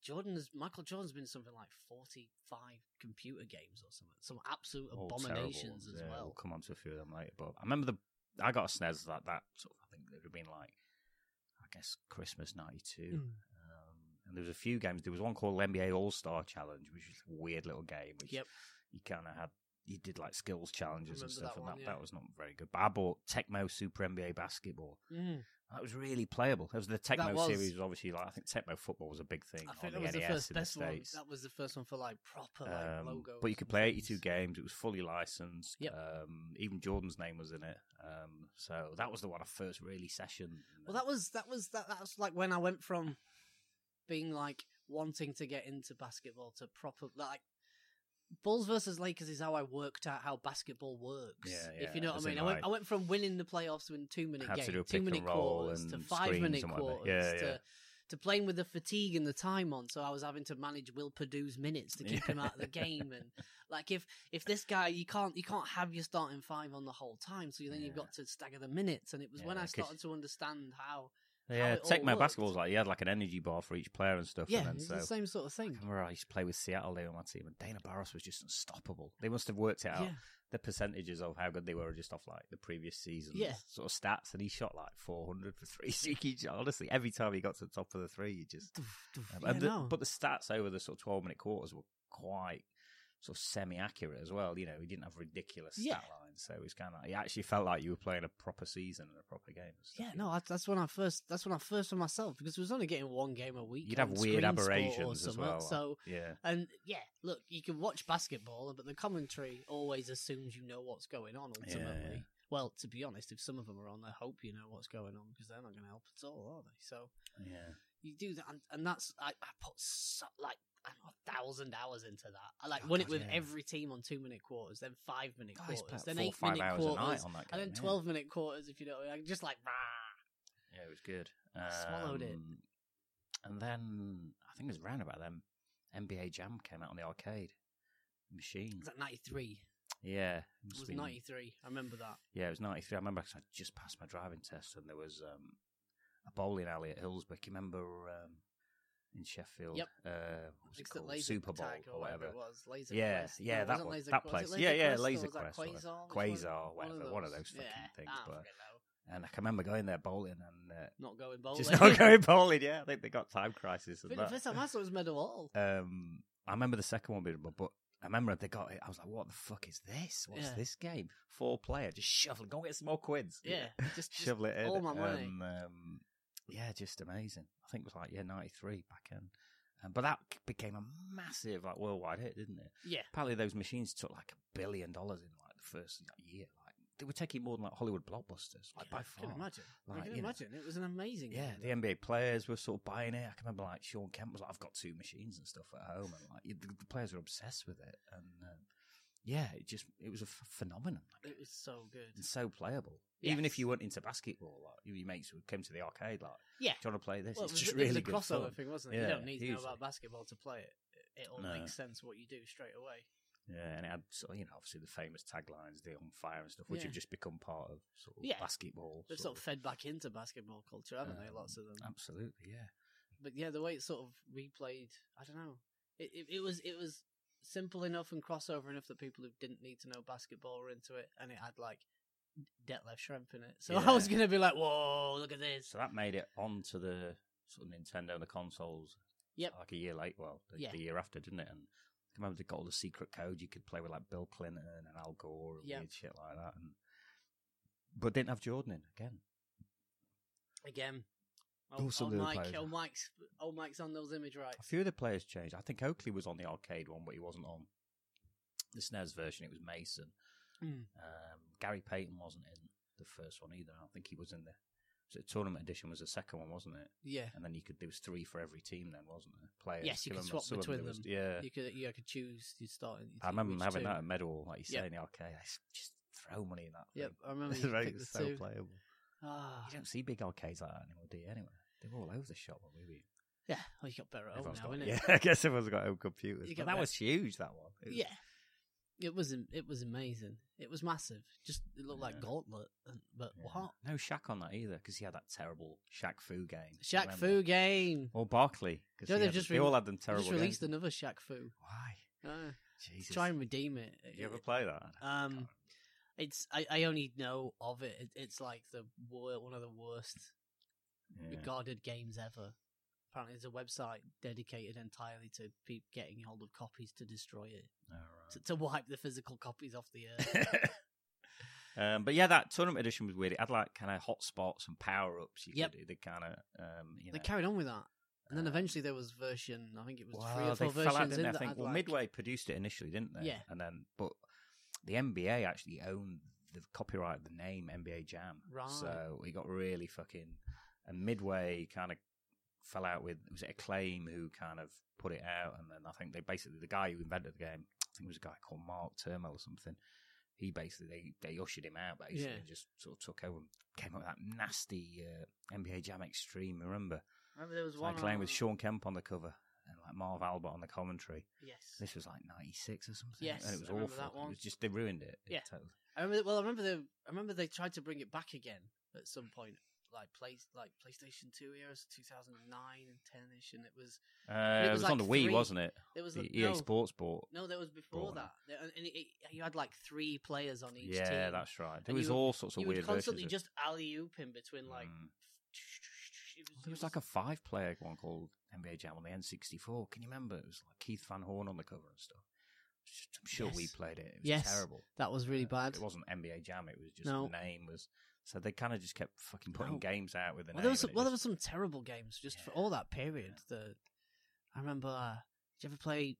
[SPEAKER 3] Jordan has Michael Jordan's been something like forty five computer games or something, some absolute
[SPEAKER 2] All
[SPEAKER 3] abominations
[SPEAKER 2] Oh, terrible.
[SPEAKER 3] as
[SPEAKER 2] Yeah, We'll
[SPEAKER 3] well.
[SPEAKER 2] come on to a few of them later, but I remember the I got a SNES like that. Sort of, I think it would have been like I guess Christmas '92,
[SPEAKER 3] Mm.
[SPEAKER 2] um, and there was a few games. There was one called NBA All Star Challenge, which was a weird little game. Which
[SPEAKER 3] Yep.
[SPEAKER 2] you kind of had. You did like skills challenges and
[SPEAKER 3] remember
[SPEAKER 2] stuff,
[SPEAKER 3] that
[SPEAKER 2] and
[SPEAKER 3] one,
[SPEAKER 2] that,
[SPEAKER 3] yeah.
[SPEAKER 2] that was not very good. But I bought Tecmo Super NBA Basketball.
[SPEAKER 3] Mm.
[SPEAKER 2] That was really playable. That was the Tecmo
[SPEAKER 3] was-
[SPEAKER 2] series. Was obviously, like I think Tecmo Football was a big thing
[SPEAKER 3] I
[SPEAKER 2] on
[SPEAKER 3] think
[SPEAKER 2] the
[SPEAKER 3] that
[SPEAKER 2] NES
[SPEAKER 3] was the first
[SPEAKER 2] in the
[SPEAKER 3] best one.
[SPEAKER 2] states.
[SPEAKER 3] That was the first one for like proper like
[SPEAKER 2] Um,
[SPEAKER 3] logos.
[SPEAKER 2] But you could
[SPEAKER 3] and
[SPEAKER 2] play
[SPEAKER 3] things.
[SPEAKER 2] 82 games. It was fully licensed.
[SPEAKER 3] Yep.
[SPEAKER 2] Um, even Jordan's name was in it. Um, so that was the one I first really sessioned.
[SPEAKER 3] Well, that was that was that that was like when I went from being like wanting to get into basketball to proper like Bulls versus Lakers is how I worked out how basketball works.
[SPEAKER 2] Yeah,
[SPEAKER 3] if
[SPEAKER 2] yeah,
[SPEAKER 3] you know what
[SPEAKER 2] as
[SPEAKER 3] I mean,
[SPEAKER 2] in,
[SPEAKER 3] I went
[SPEAKER 2] like,
[SPEAKER 3] I went from winning the playoffs in two minute
[SPEAKER 2] had to
[SPEAKER 3] game,
[SPEAKER 2] do a
[SPEAKER 3] two
[SPEAKER 2] pick
[SPEAKER 3] minute
[SPEAKER 2] and roll
[SPEAKER 3] quarters to
[SPEAKER 2] and
[SPEAKER 3] five
[SPEAKER 2] screens
[SPEAKER 3] minute
[SPEAKER 2] and whatever.
[SPEAKER 3] quarters
[SPEAKER 2] Yeah, yeah.
[SPEAKER 3] to to playing with the fatigue and the time on. So I was having to manage Will Purdue's minutes to keep him out
[SPEAKER 2] [laughs]
[SPEAKER 3] of the game. And like if if this guy you can't you can't have your starting five on the whole time. So then
[SPEAKER 2] Yeah.
[SPEAKER 3] you've got to stagger the minutes. And it was when
[SPEAKER 2] Yeah,
[SPEAKER 3] I
[SPEAKER 2] 'cause-
[SPEAKER 3] started to understand how
[SPEAKER 2] Yeah,
[SPEAKER 3] it all
[SPEAKER 2] Tecmo
[SPEAKER 3] worked.
[SPEAKER 2] basketball's like he had like an energy bar for each player and stuff.
[SPEAKER 3] yeah
[SPEAKER 2] and then,
[SPEAKER 3] it's
[SPEAKER 2] so
[SPEAKER 3] the same sort of
[SPEAKER 2] I
[SPEAKER 3] thing.
[SPEAKER 2] remember I used to play with Seattle. They were my team, and Dana Barros was just unstoppable. They must have worked it out.
[SPEAKER 3] Yeah,
[SPEAKER 2] The percentages of how good they were just off like the previous season's
[SPEAKER 3] Yeah.
[SPEAKER 2] sort of stats, and he shot like 400 for three. [laughs] So he, honestly, every time he got to the top of the three, he just
[SPEAKER 3] Doof, doof.
[SPEAKER 2] Um,
[SPEAKER 3] yeah
[SPEAKER 2] and the,
[SPEAKER 3] no.
[SPEAKER 2] But the stats over the sort of 12 minute quarters were quite sort of semi accurate as well. You know, he didn't have ridiculous
[SPEAKER 3] Yeah.
[SPEAKER 2] stat lines. So it was kind of, it actually felt like you were playing a proper season and a proper game. and stuff,
[SPEAKER 3] yeah,
[SPEAKER 2] you
[SPEAKER 3] no,
[SPEAKER 2] know.
[SPEAKER 3] that's, that's when I first. That's when I first for myself because it was only getting one game a week.
[SPEAKER 2] You'd have
[SPEAKER 3] on
[SPEAKER 2] weird
[SPEAKER 3] Screen Sport or
[SPEAKER 2] aberrations as
[SPEAKER 3] something,
[SPEAKER 2] well.
[SPEAKER 3] So
[SPEAKER 2] yeah.
[SPEAKER 3] And yeah, look, you can watch basketball, but the commentary always assumes you know what's going on
[SPEAKER 2] Yeah,
[SPEAKER 3] ultimately.
[SPEAKER 2] yeah.
[SPEAKER 3] Well, to be honest, if some of them are on, I hope you know what's going on because they're not going to help at all, are they? So
[SPEAKER 2] Yeah.
[SPEAKER 3] you do that, and, and that's I, I put so, like I don't know, a thousand hours into that. I like
[SPEAKER 2] Oh,
[SPEAKER 3] won it
[SPEAKER 2] God,
[SPEAKER 3] with
[SPEAKER 2] yeah.
[SPEAKER 3] every team on two minute quarters, then five minute
[SPEAKER 2] Guys,
[SPEAKER 3] quarters,
[SPEAKER 2] about
[SPEAKER 3] then
[SPEAKER 2] four or
[SPEAKER 3] eight
[SPEAKER 2] five
[SPEAKER 3] minute
[SPEAKER 2] hours a night
[SPEAKER 3] quarters,
[SPEAKER 2] on that game.
[SPEAKER 3] and then
[SPEAKER 2] yeah.
[SPEAKER 3] twelve minute quarters. If you know, what I mean. just like rah.
[SPEAKER 2] Yeah, it was good.
[SPEAKER 3] I swallowed it.
[SPEAKER 2] Um, And then I think it was round about then NBA Jam came out on the arcade machine.
[SPEAKER 3] It's like ninety three.
[SPEAKER 2] Yeah. It
[SPEAKER 3] It
[SPEAKER 2] must
[SPEAKER 3] was
[SPEAKER 2] have been-
[SPEAKER 3] ninety three. I remember that.
[SPEAKER 2] Yeah, it was 93. I remember 'cause I just passed my driving test and there was um, a bowling alley at Hillsborough. You remember um, in Sheffield?
[SPEAKER 3] Yep.
[SPEAKER 2] Uh, what was it
[SPEAKER 3] It's the
[SPEAKER 2] called?
[SPEAKER 3] laser
[SPEAKER 2] Super Bowl
[SPEAKER 3] tag
[SPEAKER 2] or whatever.
[SPEAKER 3] it was. Laser
[SPEAKER 2] Yeah,
[SPEAKER 3] Quest.
[SPEAKER 2] yeah,
[SPEAKER 3] no, it
[SPEAKER 2] that
[SPEAKER 3] wasn't
[SPEAKER 2] one-
[SPEAKER 3] Laser
[SPEAKER 2] that
[SPEAKER 3] Quest. Was it
[SPEAKER 2] place. Yeah, yeah,
[SPEAKER 3] Quest or
[SPEAKER 2] Laser
[SPEAKER 3] was that
[SPEAKER 2] Quest or
[SPEAKER 3] Quazar? Which
[SPEAKER 2] Quasar,
[SPEAKER 3] one-
[SPEAKER 2] whatever, one of those fucking
[SPEAKER 3] yeah,
[SPEAKER 2] things,
[SPEAKER 3] I
[SPEAKER 2] but-
[SPEAKER 3] forget now.
[SPEAKER 2] And I can remember going there bowling and uh,
[SPEAKER 3] not going bowling.
[SPEAKER 2] just [laughs]
[SPEAKER 3] [laughs]
[SPEAKER 2] not going bowling. Yeah, I think they got time crisis and
[SPEAKER 3] But the first time I
[SPEAKER 2] that.
[SPEAKER 3] saw it was medal
[SPEAKER 2] [laughs]
[SPEAKER 3] all.
[SPEAKER 2] Um, I remember the second one being, but, but I remember they got it. I was like, "What the fuck is this? What's
[SPEAKER 3] Yeah.
[SPEAKER 2] this game? Four player, just shoveling. Go get some more quids."
[SPEAKER 3] Yeah, just, just
[SPEAKER 2] shovel it in.
[SPEAKER 3] all my money.
[SPEAKER 2] Um, um, yeah, just amazing. I think it was like yeah, ninety three back in. Um, but that c- became a massive like worldwide hit, didn't it?
[SPEAKER 3] yeah,
[SPEAKER 2] Apparently, those machines took like a billion dollars in like the first like, year. Like they were taking more than like Hollywood blockbusters, like by
[SPEAKER 3] I can
[SPEAKER 2] far.
[SPEAKER 3] imagine.
[SPEAKER 2] Oh, Like,
[SPEAKER 3] I can
[SPEAKER 2] you know.
[SPEAKER 3] imagine. It was an amazing.
[SPEAKER 2] Yeah,
[SPEAKER 3] game.
[SPEAKER 2] the NBA players were sort of buying it. I can remember like Sean Kemp was like, "I've got two machines and stuff at home," and like the, the players were obsessed with it. And um, yeah, it just it was a ph- phenomenon. Like,
[SPEAKER 3] it was so good.
[SPEAKER 2] and so playable. Even if
[SPEAKER 3] Yes.
[SPEAKER 2] you weren't into basketball, like you- your mates would come to the arcade, like,
[SPEAKER 3] Yeah.
[SPEAKER 2] do you want to play this?
[SPEAKER 3] Well,
[SPEAKER 2] it's
[SPEAKER 3] it was,
[SPEAKER 2] just
[SPEAKER 3] it was
[SPEAKER 2] really
[SPEAKER 3] a
[SPEAKER 2] good
[SPEAKER 3] crossover
[SPEAKER 2] fun.
[SPEAKER 3] thing, wasn't it?
[SPEAKER 2] Yeah,
[SPEAKER 3] you don't need to know
[SPEAKER 2] hugely.
[SPEAKER 3] about basketball to play it. It- It all
[SPEAKER 2] No.
[SPEAKER 3] makes sense what you do straight away.
[SPEAKER 2] Yeah, and it had sort of, you know obviously the famous taglines, the on fire and stuff, which
[SPEAKER 3] Yeah.
[SPEAKER 2] have just become part of sort of
[SPEAKER 3] Yeah.
[SPEAKER 2] basketball. um,
[SPEAKER 3] They've sort of fed back into basketball culture, haven't they? Lots of them.
[SPEAKER 2] Absolutely, yeah.
[SPEAKER 3] but yeah, the way it sort of replayed, I don't know. It, it it was it was simple enough and crossover enough that people who didn't need to know basketball were into it, and it had like Detlef Shrimp in it. So [laughs] I was
[SPEAKER 2] Yeah.
[SPEAKER 3] gonna be like, "Whoa, look at this!"
[SPEAKER 2] So that made it onto the sort of Nintendo and the consoles.
[SPEAKER 3] Yep.
[SPEAKER 2] Like a year late, well, the,
[SPEAKER 3] Yeah.
[SPEAKER 2] the year after, didn't it? And I remember they got all the secret code you could play with like Bill Clinton and Al Gore and
[SPEAKER 3] Yep.
[SPEAKER 2] weird shit like that. And but didn't have Jordan in again.
[SPEAKER 3] Again,
[SPEAKER 2] Oh,
[SPEAKER 3] oh, oh,
[SPEAKER 2] some of the other
[SPEAKER 3] Mike,
[SPEAKER 2] players.
[SPEAKER 3] oh Mike's, oh Mike's on those image
[SPEAKER 2] A
[SPEAKER 3] rights.
[SPEAKER 2] few of the players changed. I think Oakley was on the arcade one, but he wasn't on the SNES version. It was Mason.
[SPEAKER 3] Mm.
[SPEAKER 2] Um, Gary Payton wasn't in the first one either. I don't think he was in the. So the tournament edition was the second one, wasn't it?
[SPEAKER 3] Yeah,
[SPEAKER 2] And then you could there was three for every team, then wasn't there? Players.
[SPEAKER 3] Yes, you could
[SPEAKER 2] Remember
[SPEAKER 3] swap
[SPEAKER 2] some of
[SPEAKER 3] between
[SPEAKER 2] there was-
[SPEAKER 3] them.
[SPEAKER 2] yeah,
[SPEAKER 3] you could you could choose. You start. and you
[SPEAKER 2] I
[SPEAKER 3] take
[SPEAKER 2] remember them
[SPEAKER 3] which
[SPEAKER 2] having
[SPEAKER 3] two.
[SPEAKER 2] that at medal, like you say
[SPEAKER 3] Yep.
[SPEAKER 2] in the arcade. I s- Just throw money in that.
[SPEAKER 3] Yep,
[SPEAKER 2] thing. [laughs]
[SPEAKER 3] I remember.
[SPEAKER 2] It's
[SPEAKER 3] You
[SPEAKER 2] very-
[SPEAKER 3] picked the
[SPEAKER 2] it's so
[SPEAKER 3] two.
[SPEAKER 2] playable.
[SPEAKER 3] Ah,
[SPEAKER 2] You don't see big arcades like that anymore, do you? Anyway, they were all over the shop when we were.
[SPEAKER 3] yeah. Well, you got better at home
[SPEAKER 2] Everyone's
[SPEAKER 3] now,
[SPEAKER 2] got-
[SPEAKER 3] innit?
[SPEAKER 2] yeah, [laughs] I guess everyone's got home computers.
[SPEAKER 3] You
[SPEAKER 2] But
[SPEAKER 3] got
[SPEAKER 2] that
[SPEAKER 3] that.
[SPEAKER 2] was huge. That one. It was-
[SPEAKER 3] Yeah. It was am- it was amazing. It was massive. Just it looked like
[SPEAKER 2] Yeah.
[SPEAKER 3] gauntlet, and- but
[SPEAKER 2] Yeah.
[SPEAKER 3] what
[SPEAKER 2] No Shaq on that either, because he had that terrible Shaq Fu game.
[SPEAKER 3] Shaq
[SPEAKER 2] remember?
[SPEAKER 3] Fu game.
[SPEAKER 2] Or Barkley. 'cause
[SPEAKER 3] No,
[SPEAKER 2] he
[SPEAKER 3] they've
[SPEAKER 2] had-
[SPEAKER 3] just
[SPEAKER 2] they
[SPEAKER 3] re-
[SPEAKER 2] all had them
[SPEAKER 3] They
[SPEAKER 2] terrible
[SPEAKER 3] Just released
[SPEAKER 2] games.
[SPEAKER 3] another Shaq Fu.
[SPEAKER 2] Why?
[SPEAKER 3] Uh, to
[SPEAKER 2] Jesus.
[SPEAKER 3] try and redeem it.
[SPEAKER 2] Did you ever play that?
[SPEAKER 3] Um, It's I, I only know of it. it it's like the wor- one of the worst
[SPEAKER 2] Yeah.
[SPEAKER 3] regarded games ever. Apparently, there's a website dedicated entirely to people getting hold of copies to destroy it,
[SPEAKER 2] Alright.
[SPEAKER 3] to, to wipe the physical copies off the
[SPEAKER 2] [laughs]
[SPEAKER 3] earth.
[SPEAKER 2] um, but yeah, that tournament edition was weird. It had like kind of hot spots and power ups. You
[SPEAKER 3] Yep.
[SPEAKER 2] could do the kind of um, you know.
[SPEAKER 3] They carried on with that, and then
[SPEAKER 2] um,
[SPEAKER 3] eventually there was version. I think it was
[SPEAKER 2] Wow,
[SPEAKER 3] three or
[SPEAKER 2] they
[SPEAKER 3] four
[SPEAKER 2] fell out,
[SPEAKER 3] versions
[SPEAKER 2] didn't
[SPEAKER 3] in
[SPEAKER 2] they? I
[SPEAKER 3] that
[SPEAKER 2] think.
[SPEAKER 3] had,
[SPEAKER 2] Well,
[SPEAKER 3] like-
[SPEAKER 2] Midway produced it initially, didn't they?
[SPEAKER 3] Yeah.
[SPEAKER 2] And then, but the NBA actually owned the copyright of the name NBA Jam.
[SPEAKER 3] Right.
[SPEAKER 2] So it got really fucking. And Midway kind of fell out with was it Acclaim who kind of put it out, and then I think they basically the guy who invented the game, I think it was a guy called Mark Turmel or something. He basically they, they ushered him out basically
[SPEAKER 3] Yeah.
[SPEAKER 2] and just sort of took over and came up with that nasty uh, NBA Jam Extreme. Remember
[SPEAKER 3] Remember there was one.
[SPEAKER 2] Cyclone with
[SPEAKER 3] on-
[SPEAKER 2] Sean Kemp on the cover and like Marv Albert on the commentary.
[SPEAKER 3] Yes.
[SPEAKER 2] This was like '96 or something.
[SPEAKER 3] Yes,
[SPEAKER 2] and it was
[SPEAKER 3] I remember
[SPEAKER 2] awful.
[SPEAKER 3] that one.
[SPEAKER 2] It was just they ruined it. It
[SPEAKER 3] Yeah.
[SPEAKER 2] totally-
[SPEAKER 3] I remember. Well, I remember the. I remember they tried to bring it back again at some point, like play, like PlayStation Two era, so 2009 and 10 ish, and it was
[SPEAKER 2] Uh, it
[SPEAKER 3] was
[SPEAKER 2] was, on
[SPEAKER 3] like
[SPEAKER 2] the Wii,
[SPEAKER 3] three.
[SPEAKER 2] wasn't it?
[SPEAKER 3] it was
[SPEAKER 2] The
[SPEAKER 3] like,
[SPEAKER 2] EA
[SPEAKER 3] no,
[SPEAKER 2] Sports bought.
[SPEAKER 3] No, that was before
[SPEAKER 2] Brought
[SPEAKER 3] that.
[SPEAKER 2] them.
[SPEAKER 3] There- And it, it, you had like three players on each
[SPEAKER 2] Yeah,
[SPEAKER 3] team.
[SPEAKER 2] that's right. There
[SPEAKER 3] And
[SPEAKER 2] was
[SPEAKER 3] you would-
[SPEAKER 2] all sorts of
[SPEAKER 3] you
[SPEAKER 2] weird
[SPEAKER 3] would constantly
[SPEAKER 2] versions. of-
[SPEAKER 3] just alley oop in between like.
[SPEAKER 2] Mm.
[SPEAKER 3] It
[SPEAKER 2] Well, there was like a five-player one called NBA Jam on the N64. Can you remember? It was like Keith Van Horn on the cover and stuff. It's just- I'm sure we
[SPEAKER 3] Yes.
[SPEAKER 2] played it. It was
[SPEAKER 3] Yes.
[SPEAKER 2] terrible.
[SPEAKER 3] that was really
[SPEAKER 2] Uh,
[SPEAKER 3] bad.
[SPEAKER 2] It wasn't NBA Jam. It was just
[SPEAKER 3] No.
[SPEAKER 2] the name was. So they kind of just kept fucking putting
[SPEAKER 3] No.
[SPEAKER 2] games out with the
[SPEAKER 3] Well,
[SPEAKER 2] name.
[SPEAKER 3] there was some,
[SPEAKER 2] and it
[SPEAKER 3] well, there was
[SPEAKER 2] just-
[SPEAKER 3] some terrible games just for
[SPEAKER 2] Yeah.
[SPEAKER 3] all that period. The I remember. Uh, did you ever play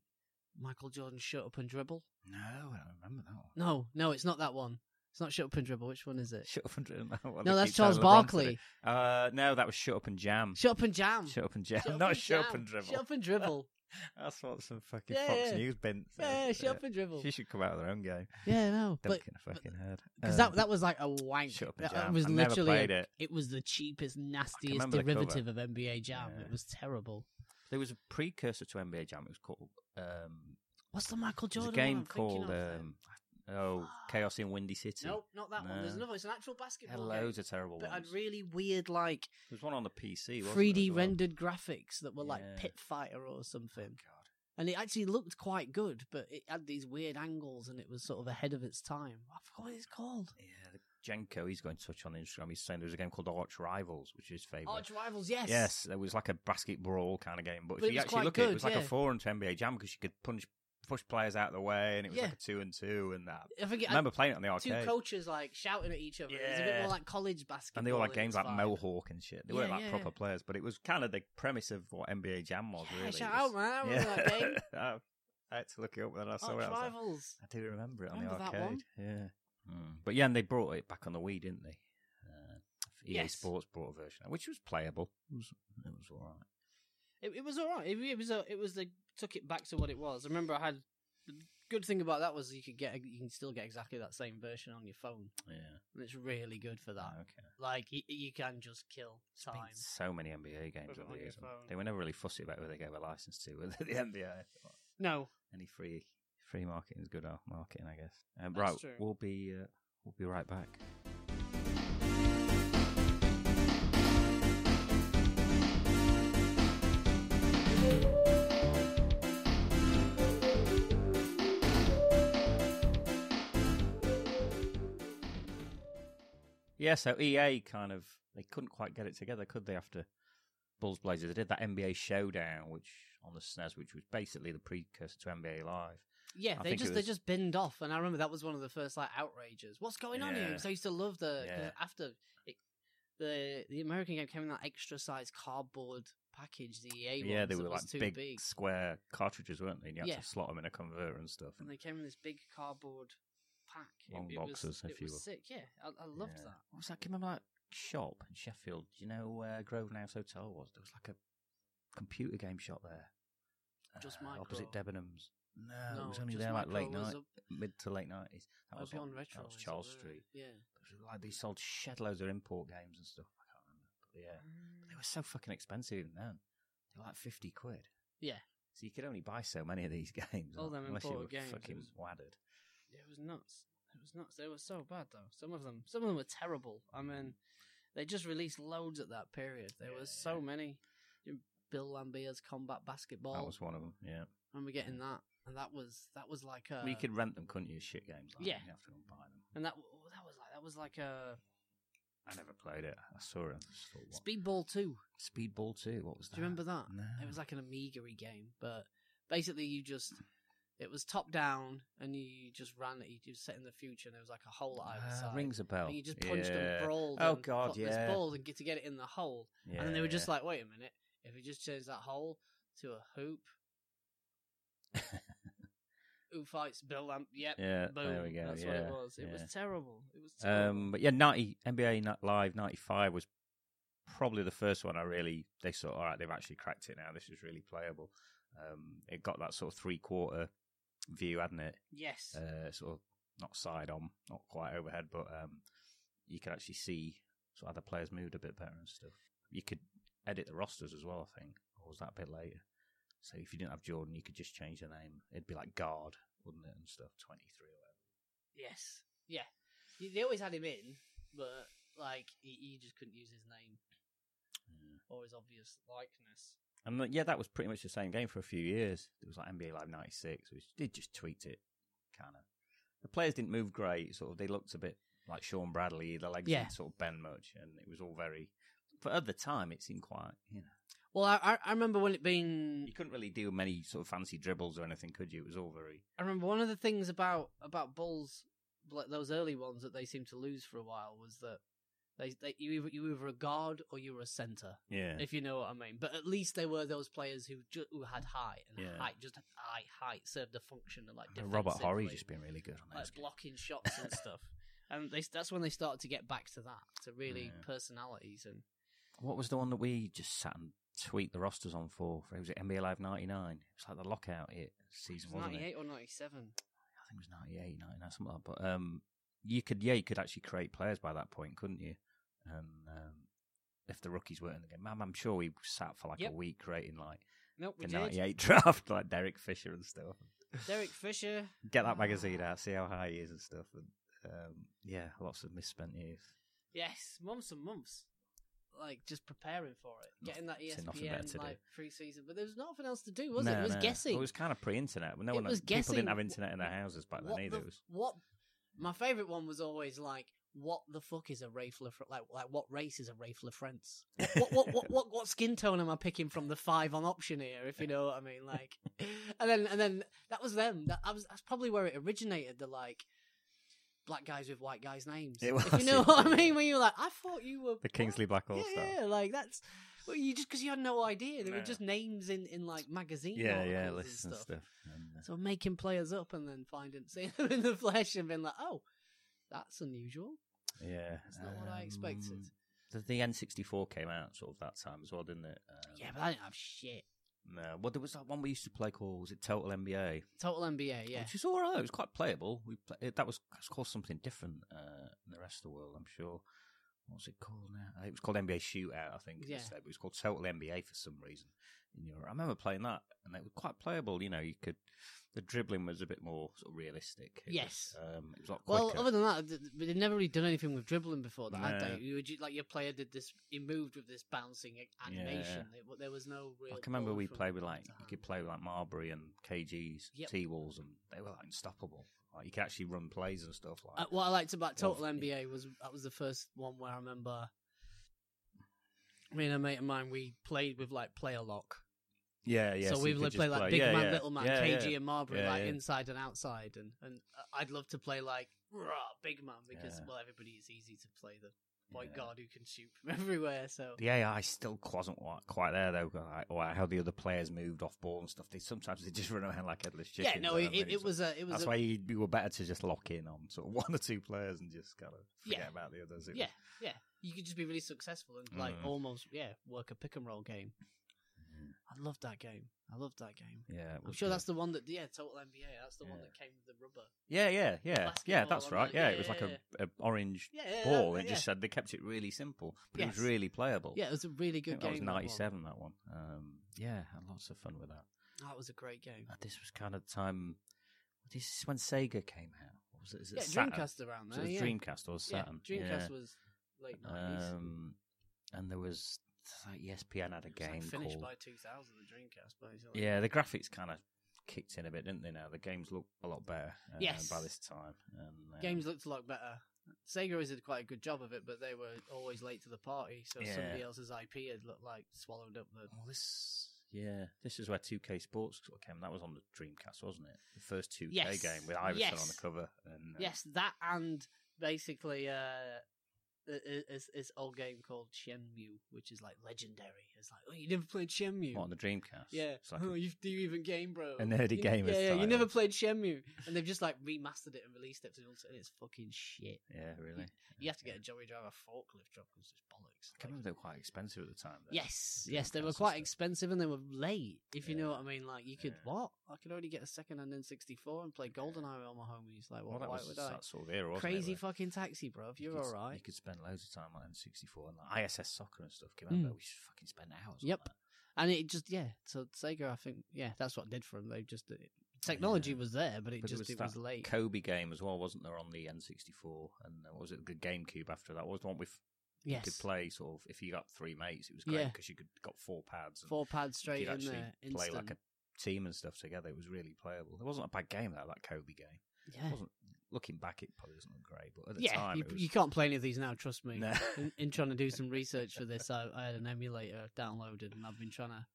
[SPEAKER 3] Michael Jordan Shut Up and Dribble?
[SPEAKER 2] No, I don't remember that one.
[SPEAKER 3] No, no, it's not that one. It's not Shut Up and Dribble. Which one is
[SPEAKER 2] [laughs]
[SPEAKER 3] it?
[SPEAKER 2] Shut up and jam. [laughs] Well, they
[SPEAKER 3] no, that's
[SPEAKER 2] keep telling LeBron to
[SPEAKER 3] Charles
[SPEAKER 2] do-
[SPEAKER 3] Barkley.
[SPEAKER 2] Uh, no, that was shut up and jam.
[SPEAKER 3] Shut Up and Jam.
[SPEAKER 2] Shut up and jam. [laughs]
[SPEAKER 3] Shut Up
[SPEAKER 2] Not
[SPEAKER 3] and
[SPEAKER 2] shut up
[SPEAKER 3] Jam.
[SPEAKER 2] and dribble.
[SPEAKER 3] Shut Up and Dribble.
[SPEAKER 2] [laughs] That's what some fucking
[SPEAKER 3] Yeah,
[SPEAKER 2] Fox
[SPEAKER 3] yeah.
[SPEAKER 2] News bent. Uh,
[SPEAKER 3] yeah, Shut Up and Dribble.
[SPEAKER 2] She should come out with her own game.
[SPEAKER 3] Yeah, no,
[SPEAKER 2] Don't
[SPEAKER 3] but
[SPEAKER 2] get a fucking head.
[SPEAKER 3] because
[SPEAKER 2] Um,
[SPEAKER 3] that that was like a wank.
[SPEAKER 2] Shut Up and
[SPEAKER 3] That
[SPEAKER 2] Jam.
[SPEAKER 3] was
[SPEAKER 2] I never
[SPEAKER 3] literally a-
[SPEAKER 2] played it.
[SPEAKER 3] was the cheapest, nastiest
[SPEAKER 2] remember the cover.
[SPEAKER 3] derivative of NBA Jam.
[SPEAKER 2] Yeah.
[SPEAKER 3] It was terrible.
[SPEAKER 2] There was a precursor to NBA Jam. It was called. Um,
[SPEAKER 3] What's the Michael
[SPEAKER 2] there's
[SPEAKER 3] Jordan
[SPEAKER 2] a
[SPEAKER 3] one
[SPEAKER 2] game
[SPEAKER 3] I'm thinking
[SPEAKER 2] called
[SPEAKER 3] of then?
[SPEAKER 2] um, Oh
[SPEAKER 3] Fuck.
[SPEAKER 2] Chaos in Windy City.
[SPEAKER 3] Nope, not that one. There's
[SPEAKER 2] No.
[SPEAKER 3] another. It's an actual
[SPEAKER 2] It had
[SPEAKER 3] basketball game.
[SPEAKER 2] loads of terrible
[SPEAKER 3] But had
[SPEAKER 2] ones.
[SPEAKER 3] really weird, like
[SPEAKER 2] There was one on the PC. wasn't there,
[SPEAKER 3] three D
[SPEAKER 2] as well?
[SPEAKER 3] rendered graphics that were like
[SPEAKER 2] Yeah.
[SPEAKER 3] Pit Fighter or
[SPEAKER 2] Oh,
[SPEAKER 3] something,
[SPEAKER 2] God.
[SPEAKER 3] and it actually looked quite good, but it had these weird angles and it was sort of ahead of its time. I forgot what it's called.
[SPEAKER 2] Yeah, the Jenko, he's going to touch on Instagram. He's saying there was a game called Arch Rivals, which is his favourite.
[SPEAKER 3] Arch Rivals, yes,
[SPEAKER 2] Yes, it was like a basket brawl kind of game. But,
[SPEAKER 3] But it
[SPEAKER 2] if you
[SPEAKER 3] was quite
[SPEAKER 2] actually look at it,
[SPEAKER 3] good,
[SPEAKER 2] it was like
[SPEAKER 3] yeah.
[SPEAKER 2] a forum to NBA Jam because you could punch push players out of the way, and it was
[SPEAKER 3] Yeah.
[SPEAKER 2] like a two and two and that.
[SPEAKER 3] I think it
[SPEAKER 2] I
[SPEAKER 3] had
[SPEAKER 2] remember playing it on the
[SPEAKER 3] two
[SPEAKER 2] arcade,
[SPEAKER 3] coaches like shouting at each other. It was a bit
[SPEAKER 2] Yeah.
[SPEAKER 3] more like college basketball.
[SPEAKER 2] and they all had
[SPEAKER 3] in
[SPEAKER 2] games
[SPEAKER 3] its
[SPEAKER 2] like
[SPEAKER 3] vibe.
[SPEAKER 2] Mohawk and shit. They weren't
[SPEAKER 3] Yeah,
[SPEAKER 2] like
[SPEAKER 3] yeah,
[SPEAKER 2] proper players, but it was kind of the premise of what NBA Jam was.
[SPEAKER 3] Yeah,
[SPEAKER 2] really.
[SPEAKER 3] shout
[SPEAKER 2] It was-
[SPEAKER 3] out, man!
[SPEAKER 2] [laughs]
[SPEAKER 3] I remember that game.
[SPEAKER 2] I, [laughs] I had to look it up when I saw
[SPEAKER 3] Arch
[SPEAKER 2] it. I, was like,
[SPEAKER 3] Rivals.
[SPEAKER 2] I do remember it on
[SPEAKER 3] Remember
[SPEAKER 2] the
[SPEAKER 3] that
[SPEAKER 2] arcade.
[SPEAKER 3] one?
[SPEAKER 2] Yeah, Hmm. but yeah, and they brought it back on the Wii, didn't they? Uh, EA
[SPEAKER 3] Yes.
[SPEAKER 2] Sports brought a version, which was playable. It was, it was all right.
[SPEAKER 3] It, it was all right. It, it was a, it was the took it back to what it was. I remember I had the good thing about that was you could get you can still get exactly that same version on your phone,
[SPEAKER 2] Yeah.
[SPEAKER 3] and it's really good for that.
[SPEAKER 2] Okay.
[SPEAKER 3] Like you, you can just kill
[SPEAKER 2] There's
[SPEAKER 3] time.
[SPEAKER 2] been so many NBA
[SPEAKER 3] Put
[SPEAKER 2] games
[SPEAKER 3] it
[SPEAKER 2] over
[SPEAKER 3] on
[SPEAKER 2] the
[SPEAKER 3] your
[SPEAKER 2] years. and
[SPEAKER 3] phone.
[SPEAKER 2] They were never really fussy about who they gave a license to, [laughs] whether the NBA.
[SPEAKER 3] No,
[SPEAKER 2] Any free free marketing is good art marketing, I guess. Um,
[SPEAKER 3] That's
[SPEAKER 2] right,
[SPEAKER 3] true.
[SPEAKER 2] we'll be uh, we'll be right back. Yeah, so EA kind of they couldn't quite get it together, could they? After Bulls Blazers, they did that NBA Showdown, which on the SNES, which was basically the precursor to NBA Live.
[SPEAKER 3] yeah,
[SPEAKER 2] I
[SPEAKER 3] they
[SPEAKER 2] think it
[SPEAKER 3] just they
[SPEAKER 2] was-
[SPEAKER 3] just binned off, and I remember that was one of the first like outrages. What's going on here?
[SPEAKER 2] Yeah.
[SPEAKER 3] 'Cause I used to love the 'cause
[SPEAKER 2] Yeah.
[SPEAKER 3] after it, the the American game came in that extra size cardboard package. The EA
[SPEAKER 2] yeah,
[SPEAKER 3] ones
[SPEAKER 2] they
[SPEAKER 3] that
[SPEAKER 2] were
[SPEAKER 3] was
[SPEAKER 2] like
[SPEAKER 3] too
[SPEAKER 2] big,
[SPEAKER 3] big,
[SPEAKER 2] square cartridges, weren't they? And you had
[SPEAKER 3] Yeah.
[SPEAKER 2] to slot them in a converter and stuff.
[SPEAKER 3] and they came in this big cardboard pack. It-
[SPEAKER 2] Long
[SPEAKER 3] it
[SPEAKER 2] boxes,
[SPEAKER 3] was,
[SPEAKER 2] if
[SPEAKER 3] it
[SPEAKER 2] you
[SPEAKER 3] was
[SPEAKER 2] will.
[SPEAKER 3] sick. Yeah, I, I loved
[SPEAKER 2] Yeah.
[SPEAKER 3] that.
[SPEAKER 2] What was that? Can you remember that shop in Sheffield? Do you know where Grove House Hotel was? There was like a computer game shop there. Uh,
[SPEAKER 3] Just
[SPEAKER 2] Opposite
[SPEAKER 3] Micro.
[SPEAKER 2] Debenhams. No, Uh, it was
[SPEAKER 3] No,
[SPEAKER 2] only
[SPEAKER 3] just
[SPEAKER 2] there like
[SPEAKER 3] Micro
[SPEAKER 2] late
[SPEAKER 3] was
[SPEAKER 2] night,
[SPEAKER 3] up-
[SPEAKER 2] mid to late nineties. That
[SPEAKER 3] I'd
[SPEAKER 2] was
[SPEAKER 3] be
[SPEAKER 2] on,
[SPEAKER 3] on retro.
[SPEAKER 2] That was
[SPEAKER 3] is it
[SPEAKER 2] Charles
[SPEAKER 3] there?
[SPEAKER 2] Street.
[SPEAKER 3] Yeah.
[SPEAKER 2] It was like they sold shed loads of import games and stuff. I can't remember. But yeah, but
[SPEAKER 3] Mm.
[SPEAKER 2] they were so fucking expensive even then. They were like fifty quid.
[SPEAKER 3] Yeah.
[SPEAKER 2] So you could only buy so many of these [laughs] games.
[SPEAKER 3] All
[SPEAKER 2] like,
[SPEAKER 3] them
[SPEAKER 2] unless you
[SPEAKER 3] imported
[SPEAKER 2] were
[SPEAKER 3] games, it
[SPEAKER 2] Fucking
[SPEAKER 3] was-
[SPEAKER 2] wadded.
[SPEAKER 3] It was nuts. It was nuts. They were so bad though. Some of them, some of them were terrible. I mean, they just released loads at that period. There
[SPEAKER 2] Yeah.
[SPEAKER 3] were so many. Bill Lambia's combat basketball.
[SPEAKER 2] That was one of them. Yeah.
[SPEAKER 3] and we're getting that, and that was that was like a.
[SPEAKER 2] Well, you could rent them, couldn't you? Shit games. Like
[SPEAKER 3] Uh, yeah.
[SPEAKER 2] That. You have to go and buy them.
[SPEAKER 3] And that w- that was like that was like a
[SPEAKER 2] I never played it. I saw it. I just thought, what? Ah.
[SPEAKER 3] Speedball two.
[SPEAKER 2] Speedball 2. What was that?
[SPEAKER 3] Do you remember that?
[SPEAKER 2] No. [sighs]
[SPEAKER 3] It was like an Amiga-y game, but basically you just it was top down and you just ran it. You just set in the future and there was like a hole
[SPEAKER 2] Ah,
[SPEAKER 3] out of side.
[SPEAKER 2] rings a bell.
[SPEAKER 3] And you just punched and
[SPEAKER 2] Yeah.
[SPEAKER 3] brawled.
[SPEAKER 2] Oh,
[SPEAKER 3] and
[SPEAKER 2] God,
[SPEAKER 3] popped
[SPEAKER 2] yeah.
[SPEAKER 3] This ball and get to get it in the hole, and then they were just like, "Wait a minute! If we just change that hole to a hoop,
[SPEAKER 2] [laughs]
[SPEAKER 3] who fights Bill Lamp? Yep,
[SPEAKER 2] Yeah,
[SPEAKER 3] boom.
[SPEAKER 2] there we go.
[SPEAKER 3] That's
[SPEAKER 2] yeah,
[SPEAKER 3] what it was. It was
[SPEAKER 2] yeah.
[SPEAKER 3] terrible. It was terrible.
[SPEAKER 2] Um, but yeah, ninety NBA Ni- Live ninety five was probably the first one I really they saw. All right, they've actually cracked it now. This is really playable. Um, it got that sort of three quarter view, hadn't it?
[SPEAKER 3] yes,
[SPEAKER 2] Uh, sort of not side on, not quite overhead, but um, you could actually see sort of how the players moved a bit better and stuff. You could edit the rosters as well, I think. Or was that a bit later? So if you didn't have Jordan, you could just change the name. It'd be like Guard, wouldn't it? And stuff, 23 or whatever.
[SPEAKER 3] Yes. Yeah. Y- They always had him in, but like he, he just couldn't use his name
[SPEAKER 2] Yeah.
[SPEAKER 3] or his obvious likeness.
[SPEAKER 2] And like, yeah, that was pretty much the same game for a few years. It was like NBA Live 96, which did just tweet it, kind of. The players didn't move great, sort of. They looked a bit like Sean Bradley. Their legs
[SPEAKER 3] Yeah.
[SPEAKER 2] didn't sort of bend much, and it was all very. But at the time, it seemed quite, you know.
[SPEAKER 3] Well, I, I- I remember when it being.
[SPEAKER 2] You couldn't really do many sort of fancy dribbles or anything, could you? It was all very.
[SPEAKER 3] I remember one of the things about about Bulls, like those early ones that they seemed to lose for a while was that they, they you either, you were a guard or you were a center,
[SPEAKER 2] Yeah.
[SPEAKER 3] if you know what I mean. But at least they were those players who ju- who had height and
[SPEAKER 2] Yeah.
[SPEAKER 3] height just had height height served a function and like
[SPEAKER 2] Robert Horry
[SPEAKER 3] defensively.
[SPEAKER 2] just been really good on [laughs]
[SPEAKER 3] like
[SPEAKER 2] those.
[SPEAKER 3] blocking shots
[SPEAKER 2] [laughs]
[SPEAKER 3] and stuff. And they, that's when they started to get back to that, to really
[SPEAKER 2] Yeah.
[SPEAKER 3] personalities and
[SPEAKER 2] What was the one that we just sat and tweet the rosters on for? Was it NBA Live 99? It was like the lockout hit season, wasn't it?
[SPEAKER 3] ninety eight or ninety seven.
[SPEAKER 2] I think it was 98, 99, something like that. But um, you could, yeah, you could actually create players by that point, couldn't you? And um, if the rookies weren't in the game, I'm, I'm sure we sat for like
[SPEAKER 3] Yep.
[SPEAKER 2] a week creating like
[SPEAKER 3] Nope, we
[SPEAKER 2] the
[SPEAKER 3] did.
[SPEAKER 2] 98 [laughs] draft, like Derek Fisher and stuff.
[SPEAKER 3] Derek Ah. Fisher.
[SPEAKER 2] Get that magazine out, see how high he is and stuff. And um, yeah, lots of misspent years.
[SPEAKER 3] Yes, months and months. Like just preparing for it, getting that E
[SPEAKER 2] Nothing- nothing better to
[SPEAKER 3] ESPN
[SPEAKER 2] do.
[SPEAKER 3] like pre-season, but there was nothing else to do, was it? It was
[SPEAKER 2] no.
[SPEAKER 3] guessing.
[SPEAKER 2] It was kind of pre-internet. No
[SPEAKER 3] It
[SPEAKER 2] one,
[SPEAKER 3] was
[SPEAKER 2] people
[SPEAKER 3] guessing
[SPEAKER 2] didn't have internet in their houses back then
[SPEAKER 3] what
[SPEAKER 2] either.
[SPEAKER 3] the-
[SPEAKER 2] It was-
[SPEAKER 3] what? My favorite one was always like, "What the fuck is a Rafe Lafre- like? Like what race is a Rafe LaFrance? [laughs] what, what what what what skin tone am I picking from the five on option here? If you know what I mean, like, [laughs] and then and then that was them. That I was that's probably where it originated. The like black guys with white guys' names.
[SPEAKER 2] It
[SPEAKER 3] if
[SPEAKER 2] was,
[SPEAKER 3] you know
[SPEAKER 2] yeah.
[SPEAKER 3] what I mean, when you were like, I thought you were
[SPEAKER 2] [laughs] the Kingsley Black All
[SPEAKER 3] Yeah,
[SPEAKER 2] Star.
[SPEAKER 3] yeah, like that's well, you just because you had no idea. They were
[SPEAKER 2] No.
[SPEAKER 3] just names in in like magazine.
[SPEAKER 2] Yeah, yeah,
[SPEAKER 3] articles
[SPEAKER 2] lists and
[SPEAKER 3] stuff.
[SPEAKER 2] stuff. And, uh,
[SPEAKER 3] So making players up and then finding seeing them [laughs] in the flesh and being like, oh, that's unusual.
[SPEAKER 2] yeah,
[SPEAKER 3] That's not what I expected.
[SPEAKER 2] um, The, the N64 came out sort of that time as well, didn't it? Um,
[SPEAKER 3] Yeah, but I didn't have shit.
[SPEAKER 2] No, well, there was that one we used to play called was it Total NBA,
[SPEAKER 3] Total NBA, yeah.
[SPEAKER 2] which is all right. It was quite playable. We play, it, that was it was called something different uh, in the rest of the world, I'm sure. What's it called now? Uh, It was called NBA Shootout, I think.
[SPEAKER 3] Yeah.
[SPEAKER 2] It, said, but it was called Total NBA for some reason. And you know, I remember playing that, and it was quite playable. You know, you could the dribbling was a bit more sort of realistic. It was,
[SPEAKER 3] Yes.
[SPEAKER 2] um, it was a lot
[SPEAKER 3] Well,
[SPEAKER 2] quicker.
[SPEAKER 3] other than that, th- th- they'd never really done anything with dribbling before that, had
[SPEAKER 2] No.
[SPEAKER 3] they? You would ju- like your player did this, he moved with this bouncing a- animation. It wa- there was no real.
[SPEAKER 2] I can remember
[SPEAKER 3] ball
[SPEAKER 2] we
[SPEAKER 3] from
[SPEAKER 2] played with
[SPEAKER 3] hand
[SPEAKER 2] like
[SPEAKER 3] to
[SPEAKER 2] you
[SPEAKER 3] hand.
[SPEAKER 2] could play with like Marbury and KG's
[SPEAKER 3] Yep.
[SPEAKER 2] T Walls, and they were like unstoppable. Like you could actually run plays and stuff like.
[SPEAKER 3] Uh, what I liked about
[SPEAKER 2] Well,
[SPEAKER 3] Total
[SPEAKER 2] yeah.
[SPEAKER 3] NBA was that was the first one where I remember me and a mate of mine we played with like player lock.
[SPEAKER 2] yeah, yeah.
[SPEAKER 3] so,
[SPEAKER 2] you
[SPEAKER 3] we've
[SPEAKER 2] could
[SPEAKER 3] like
[SPEAKER 2] just
[SPEAKER 3] played like big
[SPEAKER 2] yeah,
[SPEAKER 3] man,
[SPEAKER 2] yeah,
[SPEAKER 3] little man,
[SPEAKER 2] yeah,
[SPEAKER 3] KG
[SPEAKER 2] yeah.
[SPEAKER 3] and Marbury
[SPEAKER 2] Yeah,
[SPEAKER 3] like
[SPEAKER 2] yeah.
[SPEAKER 3] inside and outside, and and uh, I'd love to play like rah, big man because
[SPEAKER 2] Yeah.
[SPEAKER 3] well everybody is easy to play the white
[SPEAKER 2] Yeah.
[SPEAKER 3] guard who can shoot from [laughs] everywhere. So
[SPEAKER 2] The AI still wasn't wa- quite there though. Like, or how the other players moved off ball and stuff. They sometimes they just [laughs] run around like headless
[SPEAKER 3] yeah,
[SPEAKER 2] chickens.
[SPEAKER 3] no,
[SPEAKER 2] I
[SPEAKER 3] it,
[SPEAKER 2] mean,
[SPEAKER 3] it,
[SPEAKER 2] it's-
[SPEAKER 3] was a it was
[SPEAKER 2] That's
[SPEAKER 3] a,
[SPEAKER 2] why you, you were better to just lock in on sort of [laughs] one or two players and just kind of forget
[SPEAKER 3] Yeah.
[SPEAKER 2] about the others. It
[SPEAKER 3] yeah yeah you could just be really successful and like
[SPEAKER 2] Mhm.
[SPEAKER 3] almost yeah work a pick and roll game.
[SPEAKER 2] Mhm.
[SPEAKER 3] I loved that game. I loved that game.
[SPEAKER 2] was- yeah. it
[SPEAKER 3] I'm
[SPEAKER 2] was
[SPEAKER 3] sure
[SPEAKER 2] good.
[SPEAKER 3] that's the one that yeah Total NBA. That's the one
[SPEAKER 2] Yeah.
[SPEAKER 3] that came with the rubber.
[SPEAKER 2] yeah, yeah, yeah, yeah.
[SPEAKER 3] basketball
[SPEAKER 2] That's
[SPEAKER 3] on
[SPEAKER 2] right.
[SPEAKER 3] that.
[SPEAKER 2] Yeah,
[SPEAKER 3] Yeah,
[SPEAKER 2] it was like
[SPEAKER 3] yeah,
[SPEAKER 2] a, a orange
[SPEAKER 3] Yeah, yeah,
[SPEAKER 2] ball.
[SPEAKER 3] that-
[SPEAKER 2] It
[SPEAKER 3] yeah.
[SPEAKER 2] just said they kept it really simple, but it
[SPEAKER 3] Yes.
[SPEAKER 2] was really playable.
[SPEAKER 3] yeah, it was a really
[SPEAKER 2] I
[SPEAKER 3] good
[SPEAKER 2] think that
[SPEAKER 3] game.
[SPEAKER 2] was
[SPEAKER 3] that one.
[SPEAKER 2] '97. That one. Um, yeah, had lots of fun with that.
[SPEAKER 3] That Oh, was a great game.
[SPEAKER 2] Uh, This was kind of the time. This is when Sega came out. Or was it? Is it
[SPEAKER 3] Yeah,
[SPEAKER 2] Saturn?
[SPEAKER 3] Dreamcast around
[SPEAKER 2] So
[SPEAKER 3] there.
[SPEAKER 2] it was
[SPEAKER 3] yeah.
[SPEAKER 2] Dreamcast or Saturn.
[SPEAKER 3] Yeah,
[SPEAKER 2] yeah.
[SPEAKER 3] Dreamcast was late nineties.
[SPEAKER 2] Um, and there was like E ESPN had a game
[SPEAKER 3] finished
[SPEAKER 2] called.
[SPEAKER 3] by two thousand. The Dreamcast, by so, like,
[SPEAKER 2] Yeah, the graphics kind of kicked in a bit, didn't they? Now the games look a lot better. Uh,
[SPEAKER 3] Yes.
[SPEAKER 2] By this time, and, uh,
[SPEAKER 3] games looked a lot better. Sega always did quite a good job of it, but they were always late to the party. So
[SPEAKER 2] Yeah.
[SPEAKER 3] somebody else's IP had looked like swallowed up the.
[SPEAKER 2] Well, this. Yeah, this is where 2K Sports sort of came. That was on the Dreamcast, wasn't it? The first 2K
[SPEAKER 3] Yes.
[SPEAKER 2] game with Iverson on the
[SPEAKER 3] Yes.
[SPEAKER 2] cover. And, uh,
[SPEAKER 3] Yes, that and basically uh, i- i- is this old game called Shenmue, which is like legendary. It's like, oh, you never played Shenmue.
[SPEAKER 2] What, on the Dreamcast?
[SPEAKER 3] Yeah.
[SPEAKER 2] It's like
[SPEAKER 3] oh,
[SPEAKER 2] a-
[SPEAKER 3] you, do you even game, bro?
[SPEAKER 2] a nerdy
[SPEAKER 3] You-
[SPEAKER 2] gamer's
[SPEAKER 3] Yeah, yeah. You
[SPEAKER 2] title.
[SPEAKER 3] never played Shenmue, and they've just like remastered it and released it, and it's fucking shit.
[SPEAKER 2] yeah, really.
[SPEAKER 3] You have to get a Joey Driver forklift job because it's bollocks.
[SPEAKER 2] I can
[SPEAKER 3] Like-
[SPEAKER 2] remember they were quite expensive at the time. though.
[SPEAKER 3] yes,
[SPEAKER 2] the
[SPEAKER 3] yes, they were
[SPEAKER 2] Dreamcast
[SPEAKER 3] quite
[SPEAKER 2] and stuff.
[SPEAKER 3] expensive and they were late. If you
[SPEAKER 2] Yeah.
[SPEAKER 3] know what I mean, like you could
[SPEAKER 2] Yeah.
[SPEAKER 3] what? I could only get a second and then sixty four and play GoldenEye with all my homies. Like,
[SPEAKER 2] Well,
[SPEAKER 3] what?
[SPEAKER 2] that
[SPEAKER 3] Why
[SPEAKER 2] was
[SPEAKER 3] would I?
[SPEAKER 2] that sort of era, wasn't it,
[SPEAKER 3] Crazy
[SPEAKER 2] where
[SPEAKER 3] fucking taxi, bro. If
[SPEAKER 2] you
[SPEAKER 3] you're
[SPEAKER 2] could-
[SPEAKER 3] all right.
[SPEAKER 2] You could spent loads of time on N64 and like ISS soccer and stuff. Can you remember?
[SPEAKER 3] Mm.
[SPEAKER 2] We just fucking spent hours. on
[SPEAKER 3] Yep.
[SPEAKER 2] that.
[SPEAKER 3] And it just yeah. So Sega, I think yeah, that's what did for them. They just it, technology
[SPEAKER 2] Yeah.
[SPEAKER 3] was there, but it
[SPEAKER 2] But it
[SPEAKER 3] just
[SPEAKER 2] was
[SPEAKER 3] it was
[SPEAKER 2] that
[SPEAKER 3] late.
[SPEAKER 2] Kobe game as well, wasn't there, on the N64? And uh, what was it the GameCube after that? What was the one with
[SPEAKER 3] yes,
[SPEAKER 2] you could play sort of if you got three mates, it was great
[SPEAKER 3] Yeah.
[SPEAKER 2] because you could got four pads. And
[SPEAKER 3] four pads
[SPEAKER 2] you could
[SPEAKER 3] straight in
[SPEAKER 2] actually
[SPEAKER 3] there.
[SPEAKER 2] play
[SPEAKER 3] Instant.
[SPEAKER 2] like a team and stuff together. It was really playable. There wasn't a bad game that that Kobe game.
[SPEAKER 3] yeah,
[SPEAKER 2] It wasn't looking back, it probably wasn't great, but at the
[SPEAKER 3] yeah.
[SPEAKER 2] time
[SPEAKER 3] you,
[SPEAKER 2] it was. [laughs]
[SPEAKER 3] you can't play any of these now. Trust me.
[SPEAKER 2] No.
[SPEAKER 3] in, [laughs] in trying to do some research for this, I, I had an emulator downloaded, and I've been trying to.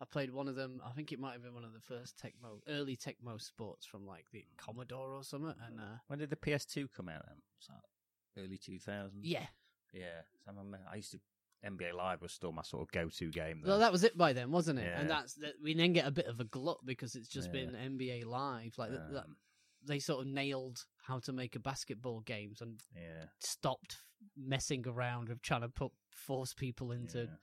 [SPEAKER 3] I played one of them. I think it might have been one of the first Tecmo, early Tecmo sports from like the Commodore or something. And uh,
[SPEAKER 2] When did the PS2 come out then? Was that early 2000s?
[SPEAKER 3] yeah,
[SPEAKER 2] Yeah. So I, remember, I used to. NBA Live was still my sort of go to game. Then.
[SPEAKER 3] well, that was it by then, wasn't it? And
[SPEAKER 2] Yeah.
[SPEAKER 3] that's that. We then get a bit of a glut because it's just
[SPEAKER 2] Yeah.
[SPEAKER 3] been NBA Live. Like that, that,
[SPEAKER 2] Um,
[SPEAKER 3] they sort of nailed how to make a basketball games and
[SPEAKER 2] yeah.
[SPEAKER 3] stopped messing around with trying to put force people into
[SPEAKER 2] yeah.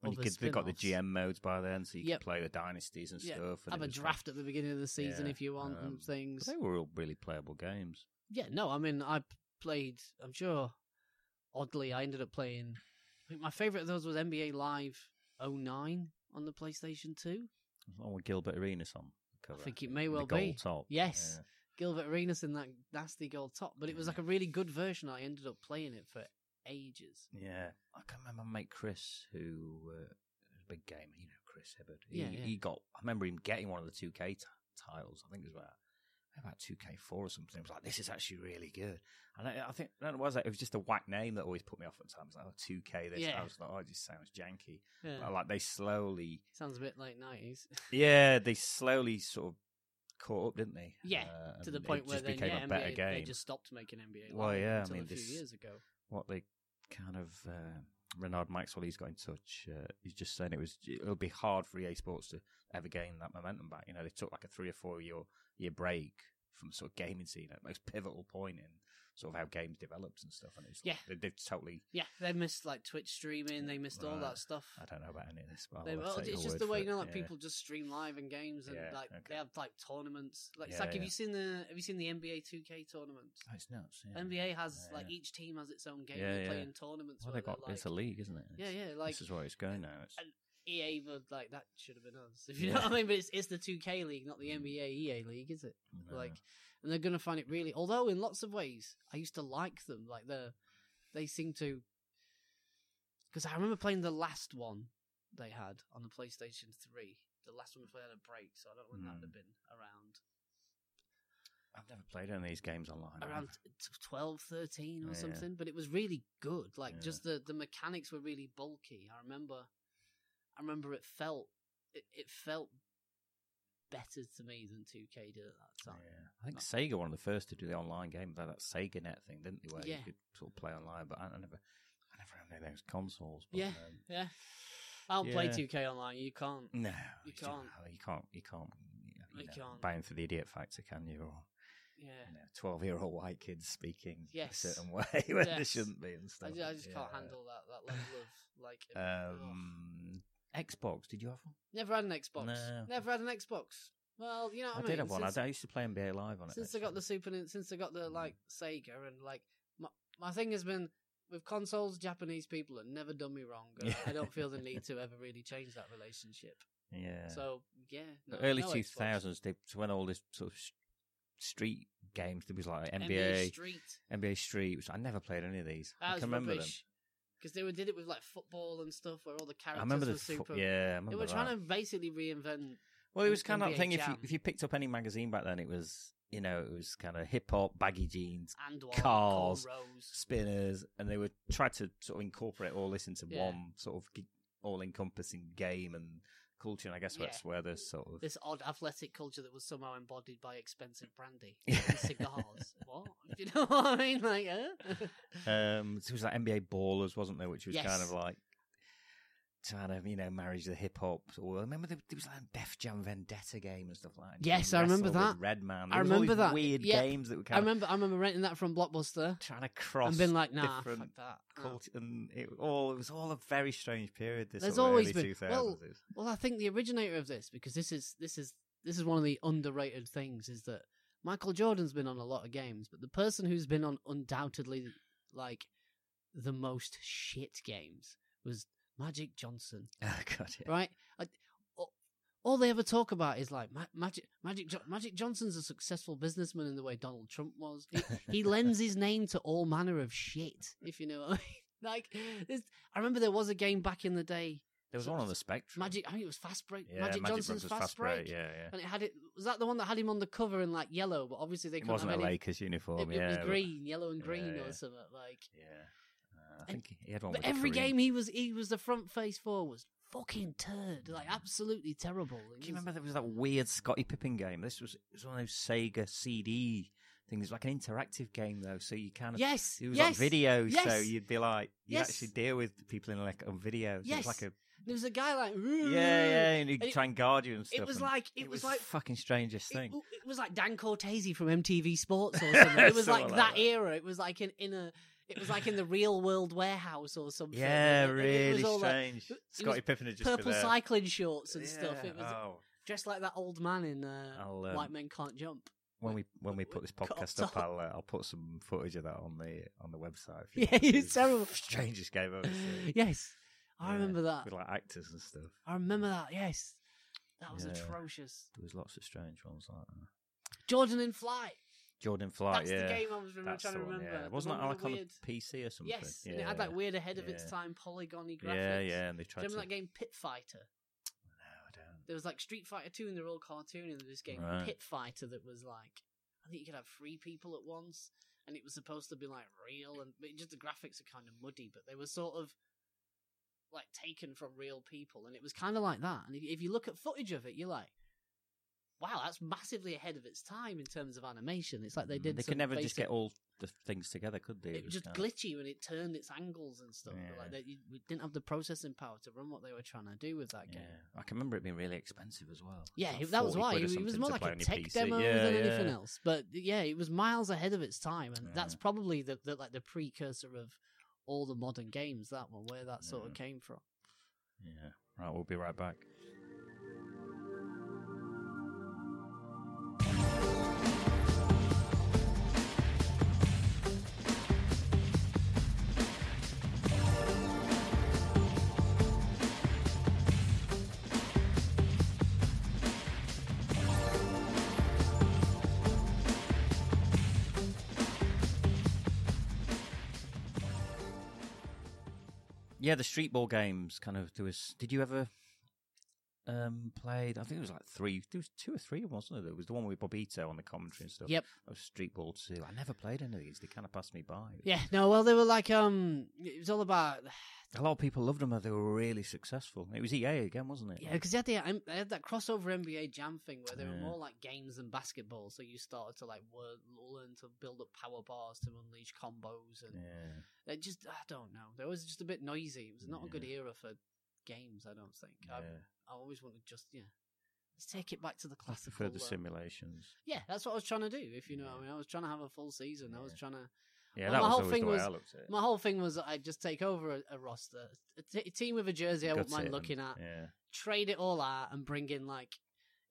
[SPEAKER 2] When you
[SPEAKER 3] other
[SPEAKER 2] could, they got the
[SPEAKER 3] spin-offs.
[SPEAKER 2] GM modes by then, so you
[SPEAKER 3] Yep.
[SPEAKER 2] could play the dynasties and
[SPEAKER 3] Yeah,
[SPEAKER 2] stuff. And
[SPEAKER 3] have
[SPEAKER 2] it
[SPEAKER 3] a
[SPEAKER 2] was fun.
[SPEAKER 3] draft at the beginning of the season
[SPEAKER 2] Yeah,
[SPEAKER 3] if you want
[SPEAKER 2] um,
[SPEAKER 3] and
[SPEAKER 2] but
[SPEAKER 3] things.
[SPEAKER 2] But they were all really playable games.
[SPEAKER 3] Yeah, no, I mean, I p- played, I'm sure, oddly, I ended up playing. I think my favourite of those was NBA Live 09 on the PlayStation 2.
[SPEAKER 2] There's one with Gilbert Arenas on the cover.
[SPEAKER 3] think it may well
[SPEAKER 2] the gold
[SPEAKER 3] be.
[SPEAKER 2] Top.
[SPEAKER 3] Yes.
[SPEAKER 2] Yeah.
[SPEAKER 3] Gilbert Arenas in that nasty gold top, but it was like a really good version. I ended up playing it for ages.
[SPEAKER 2] Yeah. I can remember my mate Chris, who uh, was a big gamer, you know, Chris Hibbard. He,
[SPEAKER 3] Yeah, yeah.
[SPEAKER 2] he got, I remember him getting one of the 2K t- titles. I think it was about, about 2K4 or something. It was like, this is actually really good. And I, I think, I don't know, was it? It was just a whack name that always put me off at times. Like, oh, 2K this.
[SPEAKER 3] Yeah.
[SPEAKER 2] I was like, oh, it just sounds janky.
[SPEAKER 3] Yeah.
[SPEAKER 2] But, like, they slowly,
[SPEAKER 3] Sounds a bit like
[SPEAKER 2] [laughs]
[SPEAKER 3] 90s.
[SPEAKER 2] yeah, they slowly sort of caught up, didn't they?
[SPEAKER 3] Yeah,
[SPEAKER 2] Uh,
[SPEAKER 3] to the
[SPEAKER 2] and
[SPEAKER 3] point
[SPEAKER 2] it
[SPEAKER 3] where
[SPEAKER 2] just
[SPEAKER 3] then,
[SPEAKER 2] became
[SPEAKER 3] yeah,
[SPEAKER 2] a better
[SPEAKER 3] NBA,
[SPEAKER 2] game.
[SPEAKER 3] they just stopped making NBA Live
[SPEAKER 2] Well, yeah, I
[SPEAKER 3] until
[SPEAKER 2] mean,
[SPEAKER 3] a few
[SPEAKER 2] this-
[SPEAKER 3] years ago.
[SPEAKER 2] what they kind of uh, Renard Maxwell he's got in touch. Uh, he's just saying it was it'll be hard for EA Sports to ever gain that momentum back. You know, they took like a three or four year year break from sort of gaming scene at the most pivotal point in sort of how games developed and stuff. And it's like,
[SPEAKER 3] Yeah.
[SPEAKER 2] they, they've totally.
[SPEAKER 3] Yeah, they missed like Twitch streaming, they missed all
[SPEAKER 2] Right.
[SPEAKER 3] that stuff.
[SPEAKER 2] I don't know about any of this, but I'll
[SPEAKER 3] They,
[SPEAKER 2] have to
[SPEAKER 3] well,
[SPEAKER 2] take your
[SPEAKER 3] it's just
[SPEAKER 2] word
[SPEAKER 3] the
[SPEAKER 2] for
[SPEAKER 3] way
[SPEAKER 2] it.
[SPEAKER 3] you know, like
[SPEAKER 2] Yeah.
[SPEAKER 3] people just stream live in games, and
[SPEAKER 2] Yeah,
[SPEAKER 3] like they
[SPEAKER 2] okay.
[SPEAKER 3] have like tournaments. Like it's
[SPEAKER 2] Yeah,
[SPEAKER 3] like if
[SPEAKER 2] yeah.
[SPEAKER 3] you seen the have you seen the NBA Two K tournament?
[SPEAKER 2] Oh, it's nuts. Yeah.
[SPEAKER 3] NBA has
[SPEAKER 2] Yeah,
[SPEAKER 3] like
[SPEAKER 2] yeah.
[SPEAKER 3] each team has its own game.
[SPEAKER 2] Yeah,
[SPEAKER 3] they
[SPEAKER 2] yeah.
[SPEAKER 3] play in tournaments.
[SPEAKER 2] Well,
[SPEAKER 3] where
[SPEAKER 2] they
[SPEAKER 3] they're,
[SPEAKER 2] got it's a
[SPEAKER 3] like,
[SPEAKER 2] league, isn't it?
[SPEAKER 3] yeah,
[SPEAKER 2] It's-
[SPEAKER 3] yeah, like
[SPEAKER 2] this is where it's going now. It's,
[SPEAKER 3] and- EA, but E like that should have been us. [laughs] If you know
[SPEAKER 2] Yeah.
[SPEAKER 3] what I mean, but it's it's the Two K league, not the NBA EA E league, is it?
[SPEAKER 2] no.
[SPEAKER 3] Like, and they're gonna find it really. Although in lots of ways, I used to like them. Like they they seem to. Because I remember playing the last one they had on the PlayStation Three. The last one before they had a break, so I don't know when that would have been around
[SPEAKER 2] I've never played any of these games online. have I?
[SPEAKER 3] around t- 12, 13 or
[SPEAKER 2] Yeah.
[SPEAKER 3] something. But it was really good. Like
[SPEAKER 2] Yeah.
[SPEAKER 3] just the the mechanics were really bulky. I remember, I remember it felt it, it felt better to me than Two K did at that time.
[SPEAKER 2] Yeah. I think Sega one of the first to do the online game. They had that Sega Net thing, didn't they? Where
[SPEAKER 3] Yeah.
[SPEAKER 2] you could sort of play online, but I, I never, I never had any of those consoles. But,
[SPEAKER 3] Yeah,
[SPEAKER 2] um,
[SPEAKER 3] yeah. I'll play
[SPEAKER 2] yeah. Mm.
[SPEAKER 3] 2K online. You can't.
[SPEAKER 2] No,
[SPEAKER 3] You
[SPEAKER 2] it's not-
[SPEAKER 3] can't.
[SPEAKER 2] You can't. You can't. You, know,
[SPEAKER 3] You can't.
[SPEAKER 2] Bound for the idiot factor, can you? Or
[SPEAKER 3] Yeah.
[SPEAKER 2] you know, twelve-year-old white kids speaking
[SPEAKER 3] Yes.
[SPEAKER 2] a certain [laughs] way when they
[SPEAKER 3] Yes.
[SPEAKER 2] shouldn't be and
[SPEAKER 3] I
[SPEAKER 2] stuff.
[SPEAKER 3] ju- I just, can't
[SPEAKER 2] Yeah.
[SPEAKER 3] handle that that level of like. ugh.
[SPEAKER 2] [laughs] Um, Xbox? Did you have one?
[SPEAKER 3] Never had an Xbox.
[SPEAKER 2] No.
[SPEAKER 3] Never had an Xbox. Well, you know what I,
[SPEAKER 2] I
[SPEAKER 3] mean.
[SPEAKER 2] did have one. I
[SPEAKER 3] Since,
[SPEAKER 2] d- I used to play NBA Live on it.
[SPEAKER 3] since I got
[SPEAKER 2] actually. Mm.
[SPEAKER 3] the Super, Nin- since I got the like Sega and like my my thing has been with consoles, Japanese people have never done me wrong. And
[SPEAKER 2] Yeah.
[SPEAKER 3] I don't feel the
[SPEAKER 2] [laughs]
[SPEAKER 3] need to ever really change that relationship.
[SPEAKER 2] yeah.
[SPEAKER 3] So yeah,
[SPEAKER 2] The
[SPEAKER 3] no,
[SPEAKER 2] early
[SPEAKER 3] no
[SPEAKER 2] two
[SPEAKER 3] Xbox.
[SPEAKER 2] thousands, they so when all this sort of s- street games, there was like NBA,
[SPEAKER 3] NBA Street.
[SPEAKER 2] NBA Street, which I never played any of these.
[SPEAKER 3] That
[SPEAKER 2] I
[SPEAKER 3] was
[SPEAKER 2] can remember
[SPEAKER 3] rubbish. Because they were, did it with like football and stuff, where all the
[SPEAKER 2] them.
[SPEAKER 3] characters
[SPEAKER 2] I remember
[SPEAKER 3] were
[SPEAKER 2] the fu-
[SPEAKER 3] super.
[SPEAKER 2] yeah. I remember
[SPEAKER 3] they were trying
[SPEAKER 2] that.
[SPEAKER 3] to basically reinvent
[SPEAKER 2] Well, it was kind of that
[SPEAKER 3] NBA
[SPEAKER 2] thing. If you
[SPEAKER 3] Jam.
[SPEAKER 2] if you picked up any magazine back then, it was you know it was kind of hip hop, baggy jeans,
[SPEAKER 3] and one
[SPEAKER 2] Cars.
[SPEAKER 3] cornrows.
[SPEAKER 2] spinners, and they were tried to sort of incorporate all this into
[SPEAKER 3] Yeah.
[SPEAKER 2] one sort of all encompassing game and culture. And I guess
[SPEAKER 3] Yeah.
[SPEAKER 2] that's where the sort of
[SPEAKER 3] this odd athletic culture that was somehow embodied by expensive brandy
[SPEAKER 2] [laughs] Yeah.
[SPEAKER 3] and cigars. what? [laughs] Do you know what I mean?
[SPEAKER 2] [laughs]
[SPEAKER 3] Like, huh?
[SPEAKER 2] Um, so it was like NBA Ballers, wasn't there? Which was kind
[SPEAKER 3] Yes.
[SPEAKER 2] of like trying to, you know, marriage the hip hop. Or I remember there, there was like a Def Jam Vendetta game and stuff like that.
[SPEAKER 3] Yes, I remember that.
[SPEAKER 2] Red Man.
[SPEAKER 3] I remember that.
[SPEAKER 2] Weird
[SPEAKER 3] Yep.
[SPEAKER 2] games that were
[SPEAKER 3] I
[SPEAKER 2] kind
[SPEAKER 3] remember, I remember renting that from Blockbuster
[SPEAKER 2] of trying to cross.
[SPEAKER 3] and being like, nah, fuck
[SPEAKER 2] different
[SPEAKER 3] that. No.
[SPEAKER 2] cult- and it all it was all a very strange period. This
[SPEAKER 3] There's
[SPEAKER 2] sort of
[SPEAKER 3] always
[SPEAKER 2] early
[SPEAKER 3] been-
[SPEAKER 2] 2000s.
[SPEAKER 3] well,
[SPEAKER 2] It was-
[SPEAKER 3] Well, I think the originator of this, because this is this is this is one of the underrated things, is that Michael Jordan's been on a lot of games, but the person who's been on undoubtedly like the most shit games was Magic Johnson,
[SPEAKER 2] [laughs] Oh god, yeah.
[SPEAKER 3] right? I, all- all they ever talk about is like Ma- Magic Magic jo- Magic Johnson's a successful businessman in the way Donald Trump was. He, he lends his name to all manner of shit, if you know what I mean. [laughs] Like, this, I remember there was a game back in the day,
[SPEAKER 2] there was one on the spectrum.
[SPEAKER 3] Magic. I think it was Fast Break.
[SPEAKER 2] yeah,
[SPEAKER 3] Magic, Johnson's
[SPEAKER 2] Brunson's
[SPEAKER 3] Fast, Break.
[SPEAKER 2] Yeah, yeah.
[SPEAKER 3] And it had it. Was that the one that had him on the cover in like yellow? But obviously they
[SPEAKER 2] It
[SPEAKER 3] couldn't
[SPEAKER 2] wasn't a
[SPEAKER 3] have any.
[SPEAKER 2] Lakers uniform.
[SPEAKER 3] It, it
[SPEAKER 2] yeah,
[SPEAKER 3] was
[SPEAKER 2] but-
[SPEAKER 3] green, yellow and
[SPEAKER 2] Yeah,
[SPEAKER 3] green
[SPEAKER 2] yeah.
[SPEAKER 3] or something like.
[SPEAKER 2] Yeah, uh, I
[SPEAKER 3] And-
[SPEAKER 2] think he had one.
[SPEAKER 3] But
[SPEAKER 2] with a
[SPEAKER 3] every
[SPEAKER 2] Korean.
[SPEAKER 3] game he was he was the front face four was fucking turd, like absolutely terrible. It
[SPEAKER 2] Mm. Do you
[SPEAKER 3] was-
[SPEAKER 2] remember there was that weird Scotty Pippen game? This was it was one of those Sega CD things, like an interactive game though. So you kind of
[SPEAKER 3] Yes,
[SPEAKER 2] it was
[SPEAKER 3] yes.
[SPEAKER 2] like video, so
[SPEAKER 3] yes.
[SPEAKER 2] you'd be like you
[SPEAKER 3] Yes.
[SPEAKER 2] actually deal with the people in like on video. So
[SPEAKER 3] Yes.
[SPEAKER 2] it's like a
[SPEAKER 3] There was a guy like
[SPEAKER 2] yeah, yeah, and
[SPEAKER 3] And
[SPEAKER 2] he'd
[SPEAKER 3] it-
[SPEAKER 2] try and guard you and stuff.
[SPEAKER 3] It was
[SPEAKER 2] and
[SPEAKER 3] like it,
[SPEAKER 2] it
[SPEAKER 3] was, like
[SPEAKER 2] fucking strangest
[SPEAKER 3] it,
[SPEAKER 2] thing.
[SPEAKER 3] it was like Dan Cortese from MTV
[SPEAKER 2] [laughs]
[SPEAKER 3] Sports or something. It was like
[SPEAKER 2] Something like
[SPEAKER 3] that
[SPEAKER 2] that.
[SPEAKER 3] era. It was like in in a it was like in the real world warehouse or something.
[SPEAKER 2] yeah,
[SPEAKER 3] It- it- it was
[SPEAKER 2] really
[SPEAKER 3] all, like,
[SPEAKER 2] strange.
[SPEAKER 3] it was
[SPEAKER 2] Scotty Pippen had just been
[SPEAKER 3] purple
[SPEAKER 2] there.
[SPEAKER 3] cycling shorts and stuff.
[SPEAKER 2] Yeah,
[SPEAKER 3] It was
[SPEAKER 2] oh.
[SPEAKER 3] dressed like that old man in uh,
[SPEAKER 2] I'll, um,
[SPEAKER 3] White Men
[SPEAKER 2] [laughs]
[SPEAKER 3] Can't Jump.
[SPEAKER 2] when we when
[SPEAKER 3] [laughs]
[SPEAKER 2] we put this
[SPEAKER 3] Cut
[SPEAKER 2] podcast up,
[SPEAKER 3] off.
[SPEAKER 2] I'll uh, I'll put some footage of that on the on the website. if you
[SPEAKER 3] [laughs] Yeah,
[SPEAKER 2] want to.
[SPEAKER 3] it's terrible.
[SPEAKER 2] [laughs] Strangest game I've ever seen.
[SPEAKER 3] [laughs] yes, I
[SPEAKER 2] Yeah,
[SPEAKER 3] remember that.
[SPEAKER 2] With like actors and stuff.
[SPEAKER 3] I remember that. Yes, that was
[SPEAKER 2] Yeah.
[SPEAKER 3] atrocious.
[SPEAKER 2] There was lots of strange ones like that.
[SPEAKER 3] Jordan in Flight.
[SPEAKER 2] Jordan Flight,
[SPEAKER 3] That's
[SPEAKER 2] Oh, yeah.
[SPEAKER 3] the game I was remember,
[SPEAKER 2] That's
[SPEAKER 3] trying to
[SPEAKER 2] the one,
[SPEAKER 3] remember.
[SPEAKER 2] yeah.
[SPEAKER 3] The
[SPEAKER 2] Wasn't
[SPEAKER 3] one
[SPEAKER 2] that
[SPEAKER 3] with
[SPEAKER 2] like
[SPEAKER 3] the
[SPEAKER 2] on
[SPEAKER 3] weird...
[SPEAKER 2] the PC or something?
[SPEAKER 3] Yes,
[SPEAKER 2] yeah.
[SPEAKER 3] and it had like weird ahead of its
[SPEAKER 2] yeah.
[SPEAKER 3] time polygony graphics.
[SPEAKER 2] Yeah, yeah, and they
[SPEAKER 3] Do
[SPEAKER 2] tried
[SPEAKER 3] you
[SPEAKER 2] to.
[SPEAKER 3] remember that game Pit Fighter?
[SPEAKER 2] No,
[SPEAKER 3] There was like Street Fighter 2 and they're all cartoon and there was this game
[SPEAKER 2] Right.
[SPEAKER 3] Pit Fighter that was like I think you could have three people at once and it was supposed to be like real and but just the graphics are kind of muddy but they were sort of like taken from real people and it was kind of like that and if, if you look at footage of it you're like wow that's massively ahead of its time in terms of animation it's like they
[SPEAKER 2] Mm,
[SPEAKER 3] did
[SPEAKER 2] They
[SPEAKER 3] some
[SPEAKER 2] could never just
[SPEAKER 3] basic-
[SPEAKER 2] get all the things together, could they?
[SPEAKER 3] it was just
[SPEAKER 2] kind of-
[SPEAKER 3] glitchy when it turned its angles and stuff but, like
[SPEAKER 2] Yeah.
[SPEAKER 3] they, we didn't have the processing power to run what they were trying to do with that
[SPEAKER 2] Yeah,
[SPEAKER 3] game
[SPEAKER 2] I can remember it being really expensive as well. It was
[SPEAKER 3] Yeah,
[SPEAKER 2] like
[SPEAKER 3] it- that was
[SPEAKER 2] 40
[SPEAKER 3] why
[SPEAKER 2] quid or
[SPEAKER 3] it, it was
[SPEAKER 2] something
[SPEAKER 3] more
[SPEAKER 2] to
[SPEAKER 3] like
[SPEAKER 2] play
[SPEAKER 3] a
[SPEAKER 2] on your
[SPEAKER 3] tech
[SPEAKER 2] PC.
[SPEAKER 3] demo
[SPEAKER 2] Yeah,
[SPEAKER 3] than
[SPEAKER 2] yeah.
[SPEAKER 3] anything else. But yeah, it was miles ahead of its time, and that's
[SPEAKER 2] Yeah.
[SPEAKER 3] probably the, the like the precursor of all the modern games. That one, where that sort of
[SPEAKER 2] Yeah.
[SPEAKER 3] came from.
[SPEAKER 2] Yeah. Right, we'll be right back. Yeah, the street ball games kind of there was. Did you ever um played? I think it was like three. There was two or three, wasn't there? There was the one with Bobito on the commentary and stuff.
[SPEAKER 3] Yep.
[SPEAKER 2] That was street ball too. I never played any of these. They kind of passed me by.
[SPEAKER 3] Yeah. No. Well, they were like um, it was all about
[SPEAKER 2] A lot of people loved them. though. They were really successful. It was EA again, wasn't it?
[SPEAKER 3] yeah, because they had the um, they had that crossover NBA Jam thing where they were
[SPEAKER 2] Yeah.
[SPEAKER 3] more like games than basketball. So you started to like wor- learn to build up power bars to unleash combos, and
[SPEAKER 2] Yeah.
[SPEAKER 3] they just I don't know. They was just a bit noisy. It was not a good era for games. I don't think. I-
[SPEAKER 2] yeah.
[SPEAKER 3] I always want to just yeah. Let's take it back to the
[SPEAKER 2] I
[SPEAKER 3] classical.
[SPEAKER 2] prefer the
[SPEAKER 3] uh,
[SPEAKER 2] simulations.
[SPEAKER 3] yeah, that's what I was trying to do. If you know, what I
[SPEAKER 2] Yeah.
[SPEAKER 3] mean, I was trying to have a full season. I was
[SPEAKER 2] Yeah.
[SPEAKER 3] trying to.
[SPEAKER 2] Yeah, that
[SPEAKER 3] Well, my
[SPEAKER 2] was
[SPEAKER 3] whole
[SPEAKER 2] always
[SPEAKER 3] thing
[SPEAKER 2] the way
[SPEAKER 3] was-
[SPEAKER 2] I looked at it.
[SPEAKER 3] My whole thing was that I'd just take over a, a roster, a, t- a team with a jersey I
[SPEAKER 2] Gut
[SPEAKER 3] wouldn't
[SPEAKER 2] it
[SPEAKER 3] mind
[SPEAKER 2] and-
[SPEAKER 3] looking at,
[SPEAKER 2] Yeah.
[SPEAKER 3] trade it all out, and bring in like.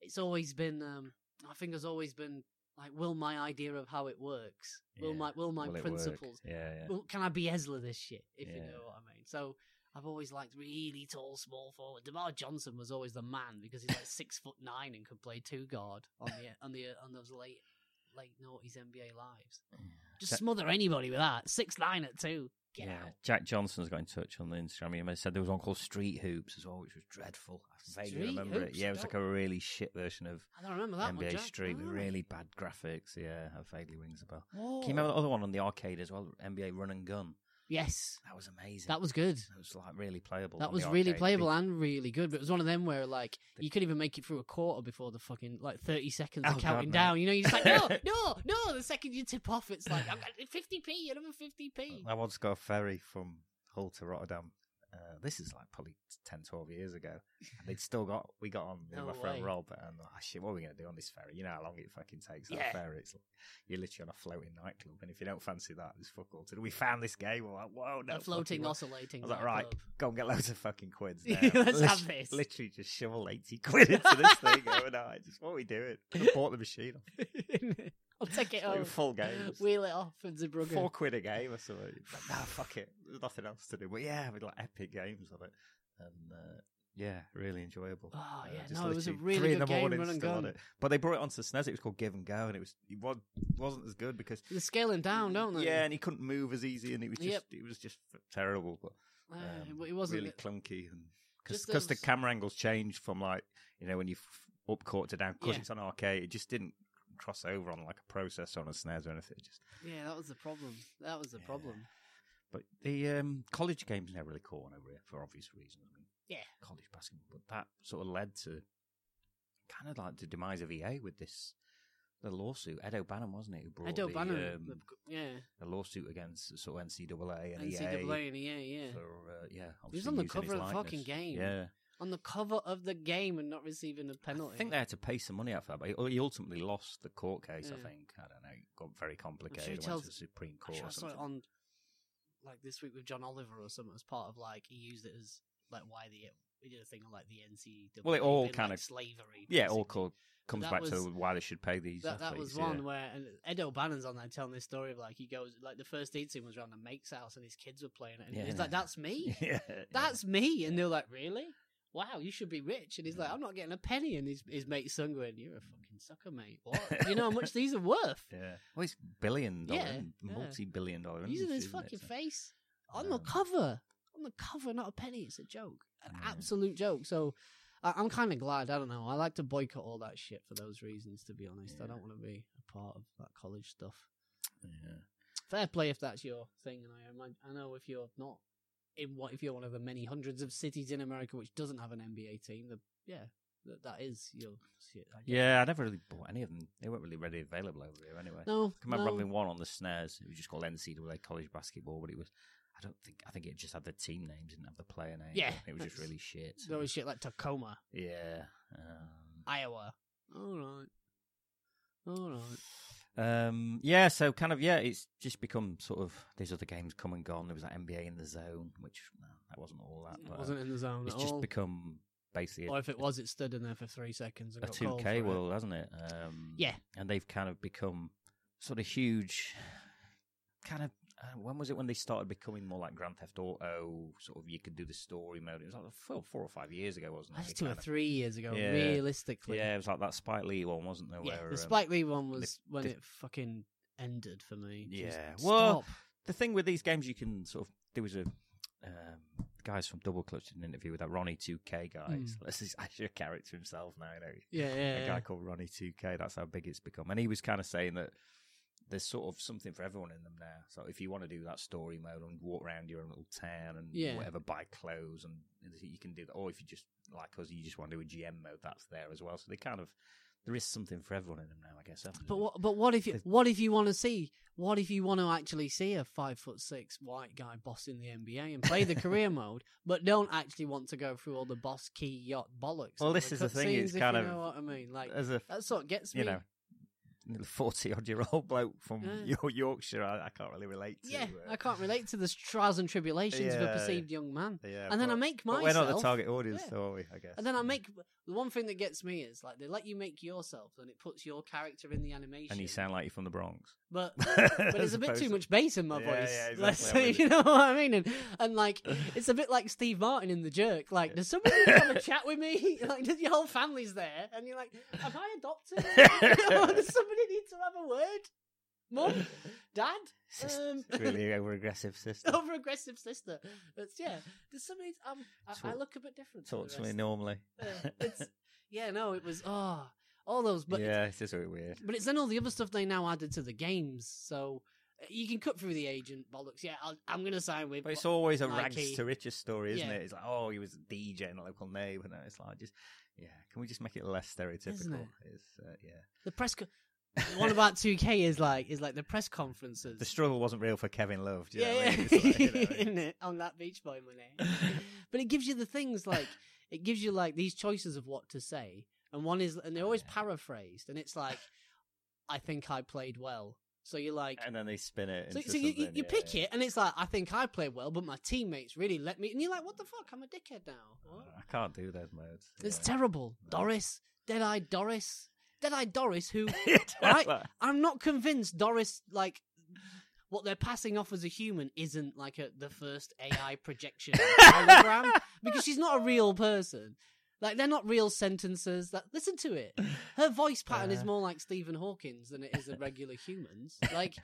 [SPEAKER 3] It's always been. um I think has always been like, will my idea of how it works, will
[SPEAKER 2] Yeah.
[SPEAKER 3] my will my
[SPEAKER 2] Will it work?
[SPEAKER 3] principles,
[SPEAKER 2] Yeah, yeah.
[SPEAKER 3] well, can I be Esler this shit? If you
[SPEAKER 2] Yeah.
[SPEAKER 3] know what I mean. So I've always liked really tall, small forward. Demar Johnson was always the man because he's
[SPEAKER 2] [laughs]
[SPEAKER 3] like six foot nine and could play two guard on the on the on those late late noughties NBA lives. Just
[SPEAKER 2] That-
[SPEAKER 3] smother anybody with that six nine at two. Get
[SPEAKER 2] yeah.
[SPEAKER 3] out.
[SPEAKER 2] Jack Johnson's got in touch on the Instagram. He said there was one called Street Hoops as well, which was dreadful. I vaguely
[SPEAKER 3] Street
[SPEAKER 2] remember
[SPEAKER 3] Hoops?
[SPEAKER 2] it. Yeah, it was like a really shit version of
[SPEAKER 3] I don't remember that one.
[SPEAKER 2] NBA
[SPEAKER 3] Jack.
[SPEAKER 2] Street with
[SPEAKER 3] Oh.
[SPEAKER 2] really bad graphics. Yeah, that vaguely rings a bell.
[SPEAKER 3] Whoa.
[SPEAKER 2] Can you remember the other one on the arcade as well? NBA Run and Gun.
[SPEAKER 3] Yes,
[SPEAKER 2] That was amazing.
[SPEAKER 3] that was good.
[SPEAKER 2] That was like really playable.
[SPEAKER 3] That
[SPEAKER 2] on
[SPEAKER 3] was
[SPEAKER 2] the
[SPEAKER 3] really
[SPEAKER 2] arcade.
[SPEAKER 3] playable
[SPEAKER 2] Big-
[SPEAKER 3] and really good, but it was one of them where like
[SPEAKER 2] The-
[SPEAKER 3] you could even make it through a quarter before the fucking like thirty seconds
[SPEAKER 2] Oh,
[SPEAKER 3] of
[SPEAKER 2] God,
[SPEAKER 3] counting
[SPEAKER 2] no.
[SPEAKER 3] down. You know, you're just
[SPEAKER 2] [laughs]
[SPEAKER 3] like, no, no, no. The second you tip off, it's like I'm fifty p, another fifty p.
[SPEAKER 2] I once got a ferry from Hull to Rotterdam. Uh, this is like probably 10, 12 years ago. And they'd still got, we got on with
[SPEAKER 3] No
[SPEAKER 2] my
[SPEAKER 3] way.
[SPEAKER 2] friend Rob, and oh, shit, what are we going to do on this ferry? You know how long it fucking takes on
[SPEAKER 3] Yeah.
[SPEAKER 2] a ferry. It's like, you're literally on a floating nightclub, and if you don't fancy that, there's fuck all to do. We found this game, we're like, whoa, no.
[SPEAKER 3] A floating,
[SPEAKER 2] fucking way.
[SPEAKER 3] oscillating.
[SPEAKER 2] I was like,
[SPEAKER 3] nightclub.
[SPEAKER 2] right, go and get loads of fucking
[SPEAKER 3] [laughs]
[SPEAKER 2] quids now.
[SPEAKER 3] Yeah, let's
[SPEAKER 2] Lit-
[SPEAKER 3] have this.
[SPEAKER 2] Literally just
[SPEAKER 3] [laughs]
[SPEAKER 2] shovel 80 quid into this thing overnight. Just what are we doing? Bought the machine off.
[SPEAKER 3] [laughs] I'll take it
[SPEAKER 2] Like
[SPEAKER 3] home.
[SPEAKER 2] full games.
[SPEAKER 3] Wheel it off and Zeebrugge.
[SPEAKER 2] Four quid a game or something. Like, nah, fuck it. There's nothing else to do. But yeah, with like epic games on it, and uh, yeah, really enjoyable.
[SPEAKER 3] Oh,
[SPEAKER 2] Uh,
[SPEAKER 3] yeah,
[SPEAKER 2] just
[SPEAKER 3] no, it was a
[SPEAKER 2] literally
[SPEAKER 3] really
[SPEAKER 2] three in
[SPEAKER 3] good
[SPEAKER 2] the
[SPEAKER 3] game,
[SPEAKER 2] morning
[SPEAKER 3] run and
[SPEAKER 2] still on
[SPEAKER 3] gun.
[SPEAKER 2] it. But they brought it onto SNES. It was called Give and Go, and it was it was wasn't as good because
[SPEAKER 3] They're scaling down, don't they?
[SPEAKER 2] Yeah, and he couldn't move as easy, and it was just
[SPEAKER 3] Yep.
[SPEAKER 2] it was just f- terrible. But
[SPEAKER 3] Uh,
[SPEAKER 2] um,
[SPEAKER 3] but it wasn't.
[SPEAKER 2] really clunky, and
[SPEAKER 3] Just
[SPEAKER 2] because the
[SPEAKER 3] those-
[SPEAKER 2] camera angles changed from like you know when you f- up court to down because
[SPEAKER 3] Yeah.
[SPEAKER 2] it's on arcade, it just didn't cross over on like a processor on a snares or anything. It just
[SPEAKER 3] yeah, that was the problem. That was the
[SPEAKER 2] Yeah.
[SPEAKER 3] problem.
[SPEAKER 2] but the um, college games are never really caught on over here for obvious reasons. I mean,
[SPEAKER 3] Yeah.
[SPEAKER 2] college basketball, but that sort of led to kind of like the demise of EA with this the lawsuit. Ed O'Bannon wasn't it? Who brought
[SPEAKER 3] Ed
[SPEAKER 2] the,
[SPEAKER 3] O'Bannon,
[SPEAKER 2] um, E
[SPEAKER 3] the, yeah,
[SPEAKER 2] the lawsuit against sort of NCAA and EA.
[SPEAKER 3] NCAA and EA, E yeah,
[SPEAKER 2] for uh, yeah.
[SPEAKER 3] He was
[SPEAKER 2] obviously
[SPEAKER 3] on the
[SPEAKER 2] using
[SPEAKER 3] cover
[SPEAKER 2] his
[SPEAKER 3] of the fucking
[SPEAKER 2] likeness.
[SPEAKER 3] game.
[SPEAKER 2] Yeah,
[SPEAKER 3] on the cover of the game and not receiving a penalty.
[SPEAKER 2] I think they had to pay some money out for that, but he- he ultimately lost the court case. I
[SPEAKER 3] Yeah.
[SPEAKER 2] think I don't know. It got very complicated. Went
[SPEAKER 3] tells-
[SPEAKER 2] to the Supreme Court.
[SPEAKER 3] Actually,
[SPEAKER 2] or
[SPEAKER 3] I saw it
[SPEAKER 2] something.
[SPEAKER 3] on like this week with John Oliver or something as part of like he used it as like why the we did a thing on like the NCAA.
[SPEAKER 2] Well, it all
[SPEAKER 3] being,
[SPEAKER 2] kinda-
[SPEAKER 3] like, slavery.
[SPEAKER 2] yeah, it all
[SPEAKER 3] basically.
[SPEAKER 2] co- comes
[SPEAKER 3] that
[SPEAKER 2] back to
[SPEAKER 3] was-
[SPEAKER 2] why they should pay these.
[SPEAKER 3] That, that was
[SPEAKER 2] athletes,
[SPEAKER 3] one where and Ed O'Bannon's on there telling this story of like he goes like the first deed scene was around a mate's house and his kids were playing it and
[SPEAKER 2] Yeah,
[SPEAKER 3] he's
[SPEAKER 2] I
[SPEAKER 3] like
[SPEAKER 2] know.
[SPEAKER 3] that's
[SPEAKER 2] [laughs]
[SPEAKER 3] [laughs] me,
[SPEAKER 2] yeah.
[SPEAKER 3] that's me, and they're like really. Wow, you should be rich. And he's like,
[SPEAKER 2] Yeah.
[SPEAKER 3] I'm not getting a penny. And his, his mate's son going, You're a fucking sucker, mate. What?
[SPEAKER 2] [laughs]
[SPEAKER 3] you know how much these are worth?
[SPEAKER 2] yeah. Well, it's billion dollar,
[SPEAKER 3] Yeah, yeah.
[SPEAKER 2] multi-billion dollar.
[SPEAKER 3] Using his
[SPEAKER 2] industry, isn't it?
[SPEAKER 3] fucking
[SPEAKER 2] So-
[SPEAKER 3] face on the
[SPEAKER 2] Um,
[SPEAKER 3] cover. On the cover, not a penny. It's a joke. An
[SPEAKER 2] Yeah.
[SPEAKER 3] absolute joke. So I, I'm kind of glad. I don't know. I like to boycott all that shit for those reasons, to be honest. I
[SPEAKER 2] Yeah.
[SPEAKER 3] don't want to be a part of that college stuff.
[SPEAKER 2] Yeah.
[SPEAKER 3] Fair play if that's your thing. And I, remind- I know if you're not in what, if you're one of the many hundreds of cities in America which doesn't have an NBA team, the, yeah, that, that is your shit. I guess.
[SPEAKER 2] Yeah, I never really bought any of them. They weren't really readily available over here anyway.
[SPEAKER 3] No.
[SPEAKER 2] I can remember
[SPEAKER 3] no.
[SPEAKER 2] having one on the snares. It was just called NCAA College Basketball, but it was. I don't think. I think it just had the team names, didn't have the player names.
[SPEAKER 3] Yeah,
[SPEAKER 2] it was just
[SPEAKER 3] that's- [laughs]
[SPEAKER 2] really shit.
[SPEAKER 3] There was shit like Tacoma,
[SPEAKER 2] Yeah. Um,
[SPEAKER 3] Iowa. All right. All right.
[SPEAKER 2] um, yeah. So kind of yeah, it's just become sort of these other games come and gone. There was that NBA in the zone, which no, that wasn't all that. But,
[SPEAKER 3] It
[SPEAKER 2] uh,
[SPEAKER 3] wasn't in the zone
[SPEAKER 2] it's
[SPEAKER 3] at
[SPEAKER 2] just
[SPEAKER 3] all.
[SPEAKER 2] become basically
[SPEAKER 3] or
[SPEAKER 2] a,
[SPEAKER 3] if it was, it stood in there for three seconds and
[SPEAKER 2] a
[SPEAKER 3] got called
[SPEAKER 2] 2K
[SPEAKER 3] for it.
[SPEAKER 2] world, hasn't it? Um,
[SPEAKER 3] Yeah.
[SPEAKER 2] And they've kind of become sort of huge. Kind of uh, when was it when they started becoming more like Grand Theft Auto? Sort of you could do the story mode. It was like four, four or five years ago, wasn't it?
[SPEAKER 3] That's
[SPEAKER 2] They
[SPEAKER 3] two or
[SPEAKER 2] kind of-
[SPEAKER 3] three years ago,
[SPEAKER 2] Yeah.
[SPEAKER 3] realistically.
[SPEAKER 2] Yeah, it was like that Spike Lee one, wasn't there?
[SPEAKER 3] Yeah,
[SPEAKER 2] where,
[SPEAKER 3] the
[SPEAKER 2] um,
[SPEAKER 3] Spike Lee one was when
[SPEAKER 2] the-
[SPEAKER 3] it fucking ended for me. Just
[SPEAKER 2] Yeah.
[SPEAKER 3] stop.
[SPEAKER 2] Well, the thing with these games, you can sort of there was a um, the guys from Double Clutch did an interview with that Ronnie Two K guy.
[SPEAKER 3] Mm.
[SPEAKER 2] So This is [laughs] actually a character himself now. You know, [laughs]
[SPEAKER 3] yeah, yeah,
[SPEAKER 2] a
[SPEAKER 3] yeah.
[SPEAKER 2] guy called Ronnie Two K. That's how big it's become. And he was kind of saying that there's sort of something for everyone in them now. So if you want to do that story mode and walk around your own little town and
[SPEAKER 3] Yeah.
[SPEAKER 2] whatever, buy clothes and you can do that. Or if you just like us, you just want to do a GM mode, that's there as well. So they kind of there is something for everyone in them now, I guess. haven't
[SPEAKER 3] But
[SPEAKER 2] there?
[SPEAKER 3] what? But what if you?
[SPEAKER 2] They've-
[SPEAKER 3] What if you want to see? What if you want to actually see a five foot six white guy bossing the NBA and play the
[SPEAKER 2] [laughs]
[SPEAKER 3] career mode, but don't actually want to go through all the boss key yacht bollocks?
[SPEAKER 2] Well,
[SPEAKER 3] and
[SPEAKER 2] this is the thing, it's
[SPEAKER 3] cutscenes, if
[SPEAKER 2] kind
[SPEAKER 3] you
[SPEAKER 2] of-
[SPEAKER 3] know what I mean. Like
[SPEAKER 2] as a
[SPEAKER 3] that's what gets me.
[SPEAKER 2] you know, forty odd year old bloke from
[SPEAKER 3] Yeah.
[SPEAKER 2] Yor- Yorkshire. I, I can't really relate to.
[SPEAKER 3] Yeah,
[SPEAKER 2] uh,
[SPEAKER 3] I can't relate to the s- trials and tribulations of a
[SPEAKER 2] Yeah.
[SPEAKER 3] perceived young man.
[SPEAKER 2] yeah,
[SPEAKER 3] and then I
[SPEAKER 2] but-
[SPEAKER 3] make
[SPEAKER 2] but
[SPEAKER 3] myself.
[SPEAKER 2] We're not the target audience,
[SPEAKER 3] Yeah.
[SPEAKER 2] though, are we? I guess.
[SPEAKER 3] And then I make the one thing that gets me is like they let you make yourself, and it puts your character in the animation.
[SPEAKER 2] And you sound like you're from the Bronx. [laughs]
[SPEAKER 3] but
[SPEAKER 2] but
[SPEAKER 3] but it's a bit too much bass in my
[SPEAKER 2] Yeah,
[SPEAKER 3] voice. [laughs]
[SPEAKER 2] yeah,
[SPEAKER 3] Let's
[SPEAKER 2] exactly, I'm
[SPEAKER 3] say-
[SPEAKER 2] with
[SPEAKER 3] you know what I mean? And, and like,
[SPEAKER 2] [laughs]
[SPEAKER 3] it's a bit like Steve Martin in The Jerk. Like, does somebody want to
[SPEAKER 2] [laughs]
[SPEAKER 3] have a chat with me? [laughs] Like, your whole family's there, and you're like, am I adopted? [laughs] You know,
[SPEAKER 2] [laughs]
[SPEAKER 3] does somebody need to have a word? Mum, dad, um, [laughs] Oh,
[SPEAKER 2] really over aggressive system.
[SPEAKER 3] over aggressive sister. That's yeah. Does somebody? Um, I,
[SPEAKER 2] Talk-
[SPEAKER 3] I look a bit different. to
[SPEAKER 2] Talk
[SPEAKER 3] the
[SPEAKER 2] to me
[SPEAKER 3] rest.
[SPEAKER 2] normally.
[SPEAKER 3] Uh,
[SPEAKER 2] [laughs]
[SPEAKER 3] it's, yeah, no, it was oh, all those, but
[SPEAKER 2] yeah, it's just really weird.
[SPEAKER 3] but it's then all the other stuff they now added to the games, so uh, you can cut through the agent bollocks. Yeah, I'll, I'm gonna sign with.
[SPEAKER 2] But it's always a
[SPEAKER 3] Nike.
[SPEAKER 2] rags to riches story, isn't
[SPEAKER 3] Yeah.
[SPEAKER 2] it? It's like, oh, he was a DJ in a local neighbourhood. and It's like, just yeah. Can we just make it less stereotypical?
[SPEAKER 3] it?
[SPEAKER 2] It's uh, yeah.
[SPEAKER 3] the
[SPEAKER 2] [laughs]
[SPEAKER 3] press. Co- the one about 2K is like is like the press conferences.
[SPEAKER 2] The struggle wasn't real for Kevin Love. Do you know
[SPEAKER 3] yeah,
[SPEAKER 2] what I mean?
[SPEAKER 3] yeah.
[SPEAKER 2] It's like, you know,
[SPEAKER 3] [laughs] Isn't it? on that beach boy
[SPEAKER 2] [laughs]
[SPEAKER 3] money. [laughs] but it gives you the things like it gives you like these choices of what to say, and one is and they're always
[SPEAKER 2] Oh, Yeah.
[SPEAKER 3] paraphrased, and it's
[SPEAKER 2] [laughs]
[SPEAKER 3] like, I think I played well. So you're like,
[SPEAKER 2] and then they spin it.
[SPEAKER 3] So,
[SPEAKER 2] into
[SPEAKER 3] so you, you,
[SPEAKER 2] something,
[SPEAKER 3] you
[SPEAKER 2] yeah,
[SPEAKER 3] pick
[SPEAKER 2] yeah.
[SPEAKER 3] it, and it's like, I think I played well, but my teammates really let me. And you're like, what the fuck? I'm a dickhead now.
[SPEAKER 2] Uh,
[SPEAKER 3] What?
[SPEAKER 2] I can't do those modes.
[SPEAKER 3] It's
[SPEAKER 2] yeah.
[SPEAKER 3] terrible.
[SPEAKER 2] No.
[SPEAKER 3] Doris, dead eyed Doris, Deadeye Doris, who
[SPEAKER 2] [laughs] It
[SPEAKER 3] Right?
[SPEAKER 2] happened.
[SPEAKER 3] I'm not convinced Doris, like, what they're passing off as a human isn't like a, the first AI projection hologram because she's not a real person. Like, they're not real sentences. That listen to it. Her voice pattern is
[SPEAKER 2] Uh.
[SPEAKER 3] more like Stephen Hawkins than it is a regular human's. Like,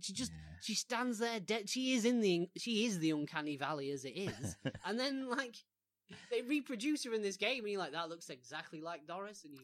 [SPEAKER 3] she just she stands there dead. She is in the she is the uncanny valley as it is, and then like they reproduce her in this game, and you're like, that looks exactly like Doris, and you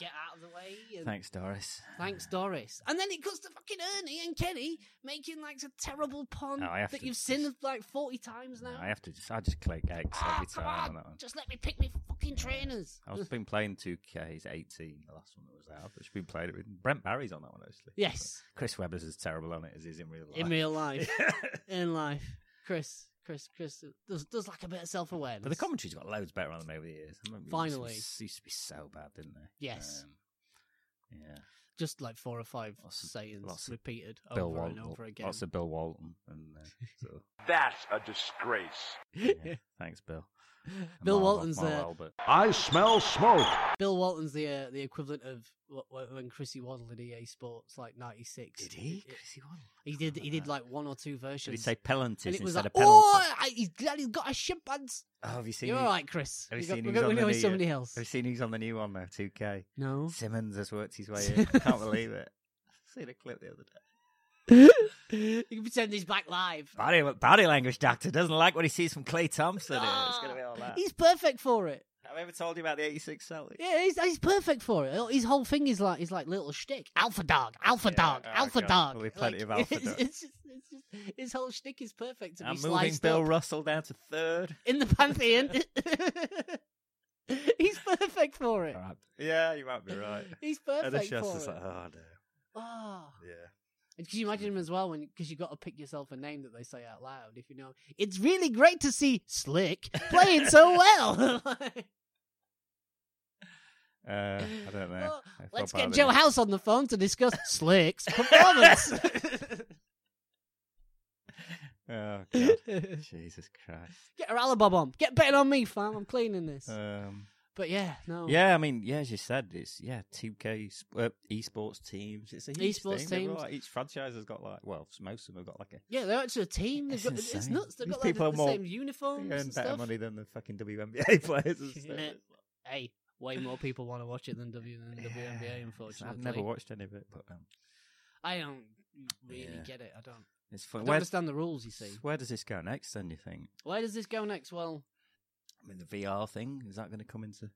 [SPEAKER 3] get out of the way. And
[SPEAKER 2] Thanks, Doris.
[SPEAKER 3] Thanks, Doris. And then it cuts to fucking Ernie and Kenny making like a terrible pun
[SPEAKER 2] No, Oh, I have
[SPEAKER 3] that
[SPEAKER 2] to
[SPEAKER 3] you've
[SPEAKER 2] just-
[SPEAKER 3] sinned like forty times
[SPEAKER 2] No,
[SPEAKER 3] now.
[SPEAKER 2] I have to just I just click X
[SPEAKER 3] Ah, [laughs]
[SPEAKER 2] every
[SPEAKER 3] come
[SPEAKER 2] time on
[SPEAKER 3] on.
[SPEAKER 2] that one.
[SPEAKER 3] Just let me pick me fucking trainers.
[SPEAKER 2] I was been playing 2K's 18, the last one that was out, but she's been playing it with Brent Barry's on that one actually.
[SPEAKER 3] [laughs] yes,
[SPEAKER 2] Chris Webber's as terrible on it as he is in real life.
[SPEAKER 3] in real life, [laughs] in life, Chris, Chris, Chris does does like a bit of self
[SPEAKER 2] [laughs]
[SPEAKER 3] awareness.
[SPEAKER 2] but the commentary's got loads better on them over the years. I remember
[SPEAKER 3] Finally.
[SPEAKER 2] it used to, be, used to be so bad, didn't they?
[SPEAKER 3] Yes.
[SPEAKER 2] Um, yeah,
[SPEAKER 3] just like four or five
[SPEAKER 2] Lots of-
[SPEAKER 3] sayings
[SPEAKER 2] lots of
[SPEAKER 3] repeated
[SPEAKER 2] Bill
[SPEAKER 3] over
[SPEAKER 2] Walton,
[SPEAKER 3] and over again.
[SPEAKER 2] lots of Bill Walton, and uh,
[SPEAKER 3] [laughs]
[SPEAKER 2] so
[SPEAKER 1] That's a disgrace.
[SPEAKER 2] yeah. thanks, Bill. And
[SPEAKER 3] Bill
[SPEAKER 2] Marl-
[SPEAKER 3] Walton's uh,
[SPEAKER 2] Marl
[SPEAKER 3] there.
[SPEAKER 2] Albert.
[SPEAKER 1] I smell smoke.
[SPEAKER 3] Bill Walton's the uh, the equivalent of wh- wh- when Chrissy Waddle did EA Sports like '96.
[SPEAKER 2] Did he? Chris, he won.
[SPEAKER 3] He did. He did
[SPEAKER 2] Ah.
[SPEAKER 3] like one or two
[SPEAKER 2] Did he
[SPEAKER 3] versions.
[SPEAKER 2] say penalties
[SPEAKER 3] and it
[SPEAKER 2] instead
[SPEAKER 3] was
[SPEAKER 2] of
[SPEAKER 3] like,
[SPEAKER 2] penalty?
[SPEAKER 3] oh, I, he's glad he's got a shit pants.
[SPEAKER 2] Oh, have you seen?
[SPEAKER 3] You're
[SPEAKER 2] who-
[SPEAKER 3] all right, Chris.
[SPEAKER 2] have you
[SPEAKER 3] We got-
[SPEAKER 2] seen
[SPEAKER 3] we
[SPEAKER 2] who's
[SPEAKER 3] got- we
[SPEAKER 2] on the
[SPEAKER 3] know
[SPEAKER 2] new-
[SPEAKER 3] it's somebody else.
[SPEAKER 2] Have you seen who's on the new one now? 2K.
[SPEAKER 3] No.
[SPEAKER 2] Simmons has worked his way in. I can't believe it. I seen a clip the other day.
[SPEAKER 3] [laughs] you can pretend he's back live.
[SPEAKER 2] Body, body language doctor doesn't like what he sees from Clay Thompson. It's going to be all
[SPEAKER 3] Ah,
[SPEAKER 2] that.
[SPEAKER 3] He's perfect for it.
[SPEAKER 2] [laughs] Have I ever told you about the 86 Celtics?
[SPEAKER 3] Yeah, he's, he's perfect for it. His whole thing is like is like little shtick. Alpha dog, alpha
[SPEAKER 2] Yeah,
[SPEAKER 3] dog,
[SPEAKER 2] oh
[SPEAKER 3] alpha
[SPEAKER 2] God,
[SPEAKER 3] dog.
[SPEAKER 2] there'll be plenty
[SPEAKER 3] Like, [laughs]
[SPEAKER 2] of alpha
[SPEAKER 3] it's,
[SPEAKER 2] dog.
[SPEAKER 3] It's just, it's just, his whole shtick is perfect to
[SPEAKER 2] I'm
[SPEAKER 3] be
[SPEAKER 2] moving
[SPEAKER 3] sliced
[SPEAKER 2] Bill
[SPEAKER 3] up
[SPEAKER 2] Russell down to third.
[SPEAKER 3] in the
[SPEAKER 2] [laughs]
[SPEAKER 3] pantheon. [laughs] he's perfect for it.
[SPEAKER 2] Yeah, you might be right.
[SPEAKER 3] He's
[SPEAKER 2] And the
[SPEAKER 3] perfect
[SPEAKER 2] shot's
[SPEAKER 3] for
[SPEAKER 2] just
[SPEAKER 3] it.
[SPEAKER 2] like, oh no.
[SPEAKER 3] Ah.
[SPEAKER 2] Yeah.
[SPEAKER 3] And Can you imagine him as well? When because you got to pick yourself a name that they say out loud. If you know, it's really great to see Slick
[SPEAKER 2] [laughs]
[SPEAKER 3] playing so well. [laughs]
[SPEAKER 2] Uh, I don't know.
[SPEAKER 3] Oh,
[SPEAKER 2] I felt
[SPEAKER 3] Let's
[SPEAKER 2] bad
[SPEAKER 3] get
[SPEAKER 2] that
[SPEAKER 3] Joe
[SPEAKER 2] you-
[SPEAKER 3] House on the phone
[SPEAKER 2] [laughs]
[SPEAKER 3] to discuss Slick's performance.
[SPEAKER 2] Oh, God.
[SPEAKER 3] [laughs] get
[SPEAKER 2] Jesus Christ.
[SPEAKER 3] her Alibaba on. Get betting on me, fam. I'm cleaning this.
[SPEAKER 2] Um,
[SPEAKER 3] but yeah, no.
[SPEAKER 2] yeah, I mean, yeah, as you said, it's, yeah, 2K sp- uh, esports teams. It's a huge
[SPEAKER 3] Esports
[SPEAKER 2] thing. They've
[SPEAKER 3] teams.
[SPEAKER 2] got- each franchise has got like, well, most of them have got like a
[SPEAKER 3] Yeah, they're actually a team. They've
[SPEAKER 2] It's
[SPEAKER 3] got, it's
[SPEAKER 2] insane.
[SPEAKER 3] nuts. They've
[SPEAKER 2] These
[SPEAKER 3] got like,
[SPEAKER 2] people
[SPEAKER 3] the,
[SPEAKER 2] are
[SPEAKER 3] the
[SPEAKER 2] more-
[SPEAKER 3] same
[SPEAKER 2] They
[SPEAKER 3] uniforms
[SPEAKER 2] earn
[SPEAKER 3] and
[SPEAKER 2] better
[SPEAKER 3] Oh, stuff.
[SPEAKER 2] money than the fucking WNBA [laughs] players and stuff.
[SPEAKER 3] Yeah. Hey, way more people want to watch it than W than WNBA.
[SPEAKER 2] Yeah. [sighs]
[SPEAKER 3] Unfortunately,
[SPEAKER 2] I've never watched any of it, but um,
[SPEAKER 3] I don't really
[SPEAKER 2] Yeah.
[SPEAKER 3] get it. I don't. I
[SPEAKER 2] it's fun.
[SPEAKER 3] don't
[SPEAKER 2] Where,
[SPEAKER 3] understand the rules. You see.
[SPEAKER 2] where does this go next? Then you think?
[SPEAKER 3] Where does this go next? Well,
[SPEAKER 2] I mean, the VR thing is that going to come into?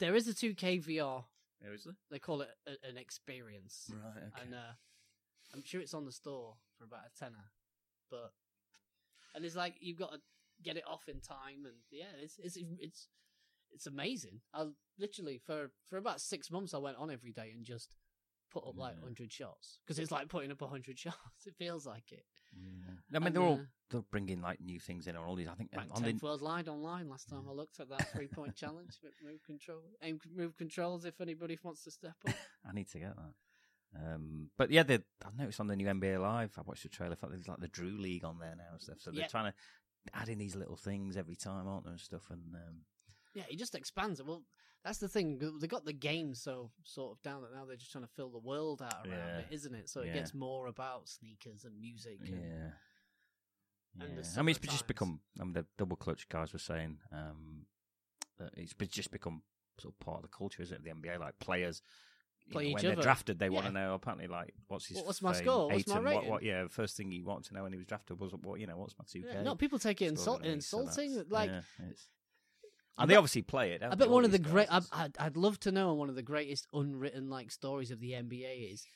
[SPEAKER 3] there is a 2K VR.
[SPEAKER 2] Is there?
[SPEAKER 3] They call it a, an experience,
[SPEAKER 2] Right. Okay.
[SPEAKER 3] and uh, I'm sure it's on the store for about a tenner. But and it's like you've got to get it off in time, and yeah, it's it's it's it's amazing. I literally for for about six months I went on every day and just put up like
[SPEAKER 2] Yeah.
[SPEAKER 3] 100 shots because it's like putting up 100 [laughs] shots. It feels like it.
[SPEAKER 2] I mean,
[SPEAKER 3] And,
[SPEAKER 2] they're all
[SPEAKER 3] uh,
[SPEAKER 2] they're bringing like new things in and all these. I think
[SPEAKER 3] Back
[SPEAKER 2] on the,
[SPEAKER 3] tenth world lied online last time I looked at
[SPEAKER 2] [laughs]
[SPEAKER 3] that three point challenge with move control aim move controls if anybody wants to step
[SPEAKER 2] [laughs]
[SPEAKER 3] up.
[SPEAKER 2] I need to get that. Um, but yeah, they, I noticed on the new NBA Live, I watched the trailer. I thought there's like the Drew League on there now and stuff. So they're
[SPEAKER 3] Yeah.
[SPEAKER 2] trying to add in these little things every time, aren't there, and stuff. And um,
[SPEAKER 3] Yeah, it just expands it. Well, that's the thing. They got the game so sort of down that now they're just trying to fill the world out around
[SPEAKER 2] Yeah.
[SPEAKER 3] it, isn't it? So it
[SPEAKER 2] Yeah.
[SPEAKER 3] gets more about sneakers and music.
[SPEAKER 2] Yeah.
[SPEAKER 3] And,
[SPEAKER 2] yeah.
[SPEAKER 3] and the
[SPEAKER 2] I mean, it's
[SPEAKER 3] summer
[SPEAKER 2] just
[SPEAKER 3] times.
[SPEAKER 2] become. I mean, the double clutch guys were saying um, that it's be- just become sort of part of the culture, isn't it? The NBA, like players, you
[SPEAKER 3] Play
[SPEAKER 2] know, when
[SPEAKER 3] each
[SPEAKER 2] they're
[SPEAKER 3] other.
[SPEAKER 2] drafted, they want
[SPEAKER 3] Yeah.
[SPEAKER 2] to know. Apparently, like, what's his
[SPEAKER 3] What- what's my
[SPEAKER 2] fame,
[SPEAKER 3] score? What's my
[SPEAKER 2] Aiton, What,
[SPEAKER 3] rating?
[SPEAKER 2] what, yeah, first thing he wanted to know when he was drafted was what you know, what's my two K?
[SPEAKER 3] Yeah, no, people take it insult- insulting. like, I
[SPEAKER 2] and they
[SPEAKER 3] bet-
[SPEAKER 2] obviously play it. don't
[SPEAKER 3] I
[SPEAKER 2] they,
[SPEAKER 3] bet
[SPEAKER 2] all
[SPEAKER 3] one of the
[SPEAKER 2] these
[SPEAKER 3] great.
[SPEAKER 2] guys?
[SPEAKER 3] I'd, I'd, I'd love to know one of the greatest unwritten like stories of the NBA is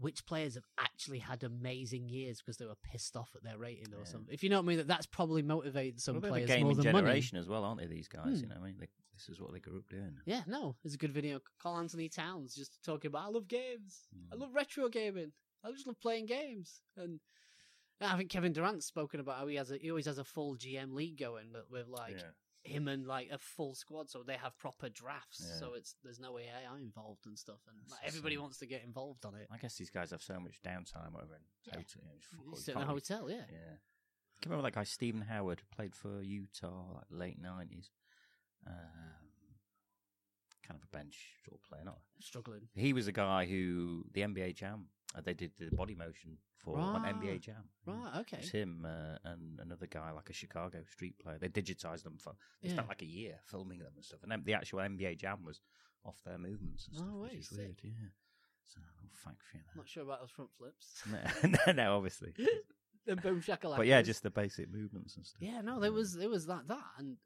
[SPEAKER 3] which players have actually had amazing years because they were pissed off at their rating or
[SPEAKER 2] Yeah.
[SPEAKER 3] something. If you know what I mean, that that's probably motivated some
[SPEAKER 2] Well, they're
[SPEAKER 3] players
[SPEAKER 2] the
[SPEAKER 3] more
[SPEAKER 2] gaming
[SPEAKER 3] than
[SPEAKER 2] generation as well, aren't they? These guys,
[SPEAKER 3] Hmm.
[SPEAKER 2] you know, what I mean, they, this is what they grew up doing.
[SPEAKER 3] money. Yeah, no, it's a good video. Carl Anthony Towns just talking about I love games. I
[SPEAKER 2] Mm.
[SPEAKER 3] love retro gaming. I just love playing games. And I think Kevin Durant's spoken about how he has a, he always has a full GM league going that with like him and like a full squad, so they have proper drafts.
[SPEAKER 2] Yeah.
[SPEAKER 3] So it's there's no AI involved and stuff, and
[SPEAKER 2] That's
[SPEAKER 3] like, everybody
[SPEAKER 2] insane.
[SPEAKER 3] wants to get involved on it.
[SPEAKER 2] I guess these guys have so much downtime over in
[SPEAKER 3] Yeah.
[SPEAKER 2] hotel- you know, fuck all, you
[SPEAKER 3] Sit in a
[SPEAKER 2] can't really
[SPEAKER 3] hotel, yeah.
[SPEAKER 2] Yeah. I can remember that guy, Stephen Howard, played for Utah, like late 90s. Um, kind of a bench sort of player. Not
[SPEAKER 3] Struggling.
[SPEAKER 2] he was a guy who the NBA Jam uh, they did the body motion for on
[SPEAKER 3] Right,
[SPEAKER 2] NBA Jam. Yeah.
[SPEAKER 3] Ah, Right, okay.
[SPEAKER 2] It was him uh, and another guy like a Chicago street player. They digitized them for they
[SPEAKER 3] Yeah.
[SPEAKER 2] spent like a year filming them and stuff. And then the actual NBA Jam was off their movements and
[SPEAKER 3] Oh,
[SPEAKER 2] stuff,
[SPEAKER 3] wait,
[SPEAKER 2] which is
[SPEAKER 3] sick.
[SPEAKER 2] weird. Yeah, so a little fact for you
[SPEAKER 3] I'm not sure about those front flips.
[SPEAKER 2] there. [laughs] no, no, no,
[SPEAKER 3] [laughs]
[SPEAKER 2] obviously.
[SPEAKER 3] the boom shakalaka.
[SPEAKER 2] But yeah, just the basic movements and stuff.
[SPEAKER 3] yeah. No, there was there was that that and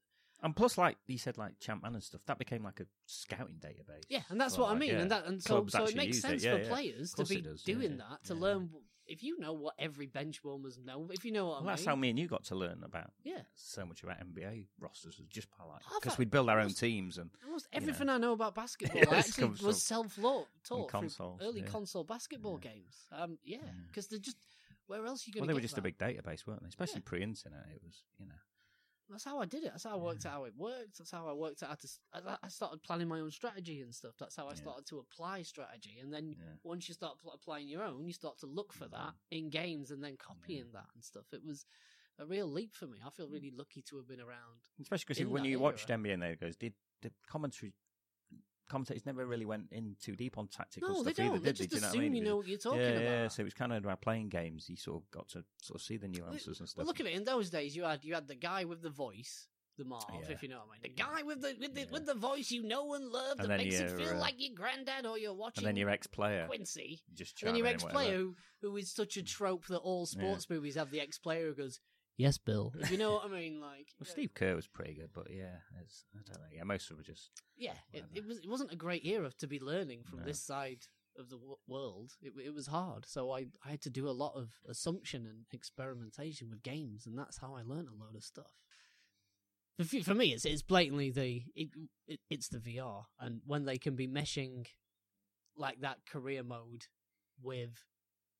[SPEAKER 2] And plus, like you said, like Champ Man and stuff, that became like a scouting database.
[SPEAKER 3] yeah, and that's
[SPEAKER 2] for,
[SPEAKER 3] what I
[SPEAKER 2] like,
[SPEAKER 3] mean.
[SPEAKER 2] yeah.
[SPEAKER 3] And that and so
[SPEAKER 2] Clubs
[SPEAKER 3] so it
[SPEAKER 2] actually
[SPEAKER 3] makes
[SPEAKER 2] used it,
[SPEAKER 3] sense
[SPEAKER 2] yeah,
[SPEAKER 3] for
[SPEAKER 2] yeah.
[SPEAKER 3] players to
[SPEAKER 2] Course it
[SPEAKER 3] be
[SPEAKER 2] does, yeah,
[SPEAKER 3] doing
[SPEAKER 2] yeah,
[SPEAKER 3] that to
[SPEAKER 2] yeah.
[SPEAKER 3] learn if you know what every bench warmers know. If you know what
[SPEAKER 2] Well,
[SPEAKER 3] I
[SPEAKER 2] that's
[SPEAKER 3] mean.
[SPEAKER 2] how me and you got to learn about
[SPEAKER 3] yeah.
[SPEAKER 2] so much about NBA rosters was just by like
[SPEAKER 3] I
[SPEAKER 2] because
[SPEAKER 3] thought-
[SPEAKER 2] we'd build our own
[SPEAKER 3] that's-
[SPEAKER 2] teams and
[SPEAKER 3] Almost
[SPEAKER 2] you know.
[SPEAKER 3] everything I know about
[SPEAKER 2] [laughs]
[SPEAKER 3] basketball
[SPEAKER 2] Yeah,
[SPEAKER 3] I
[SPEAKER 2] this
[SPEAKER 3] actually
[SPEAKER 2] comes from-
[SPEAKER 3] was self taught taught through
[SPEAKER 2] consoles,
[SPEAKER 3] early
[SPEAKER 2] yeah.
[SPEAKER 3] console basketball
[SPEAKER 2] Yeah.
[SPEAKER 3] games. Um, yeah,
[SPEAKER 2] Yeah.
[SPEAKER 3] because they're just where else are you going
[SPEAKER 2] well
[SPEAKER 3] to
[SPEAKER 2] they
[SPEAKER 3] get
[SPEAKER 2] were just
[SPEAKER 3] that?
[SPEAKER 2] a big database, weren't they? Especially pre-internet, it was you know.
[SPEAKER 3] That's how I did it. That's how I worked out how it worked. That's how I worked out how to. s- I- I started planning my own strategy and stuff. That's how I
[SPEAKER 2] Yeah.
[SPEAKER 3] started to apply strategy. And then
[SPEAKER 2] Yeah. Mm-hmm.
[SPEAKER 3] once you start pl- applying your own, you start to look for that in games and then copying that and stuff. It was a real leap for me. I feel
[SPEAKER 2] Mm.
[SPEAKER 3] really lucky to have been around.
[SPEAKER 2] Especially because
[SPEAKER 3] In
[SPEAKER 2] when
[SPEAKER 3] that
[SPEAKER 2] you
[SPEAKER 3] era.
[SPEAKER 2] watched NBA, and there it goes did the commentary commentators never really went in too deep on tactical
[SPEAKER 3] No, they
[SPEAKER 2] stuff
[SPEAKER 3] don't.
[SPEAKER 2] either,
[SPEAKER 3] they
[SPEAKER 2] did they?
[SPEAKER 3] just
[SPEAKER 2] Do you know
[SPEAKER 3] assume
[SPEAKER 2] what I mean?
[SPEAKER 3] you
[SPEAKER 2] It
[SPEAKER 3] know
[SPEAKER 2] was-
[SPEAKER 3] what you're talking
[SPEAKER 2] yeah,
[SPEAKER 3] about.
[SPEAKER 2] yeah. So it was kind of about playing games. You sort of got to sort of see the nuances and stuff.
[SPEAKER 3] Well, look at it. In those days, you had you had the guy with the voice, the Marv,
[SPEAKER 2] Yeah.
[SPEAKER 3] if you know what I mean. The guy with the with the,
[SPEAKER 2] Yeah.
[SPEAKER 3] with the voice you know and
[SPEAKER 2] And
[SPEAKER 3] love that
[SPEAKER 2] then
[SPEAKER 3] makes you
[SPEAKER 2] your,
[SPEAKER 3] feel
[SPEAKER 2] uh,
[SPEAKER 3] like your granddad or you're watching
[SPEAKER 2] and then your ex-player
[SPEAKER 3] Quincy.
[SPEAKER 2] just
[SPEAKER 3] And then your
[SPEAKER 2] chiming in,
[SPEAKER 3] ex
[SPEAKER 2] whatever.
[SPEAKER 3] player, who, who is such a trope that all
[SPEAKER 2] Yeah.
[SPEAKER 3] sports movies have the ex player who goes, Yes,
[SPEAKER 2] [laughs]
[SPEAKER 3] Bill. If you know what I mean? Like,
[SPEAKER 2] Well, Steve Kerr was pretty good, but yeah, it's, I don't know. Yeah, most of them were just
[SPEAKER 3] yeah, it,
[SPEAKER 2] Whatever.
[SPEAKER 3] it, was, it wasn't a great era to be learning from
[SPEAKER 2] No.
[SPEAKER 3] this side of the w- world. It, it was hard. So I, I had to do a lot of assumption and experimentation with games, and that's how I learned a load of stuff. For, fe- for me, it's, it's blatantly the it, it, it's the VR, and when they can be meshing like that career mode with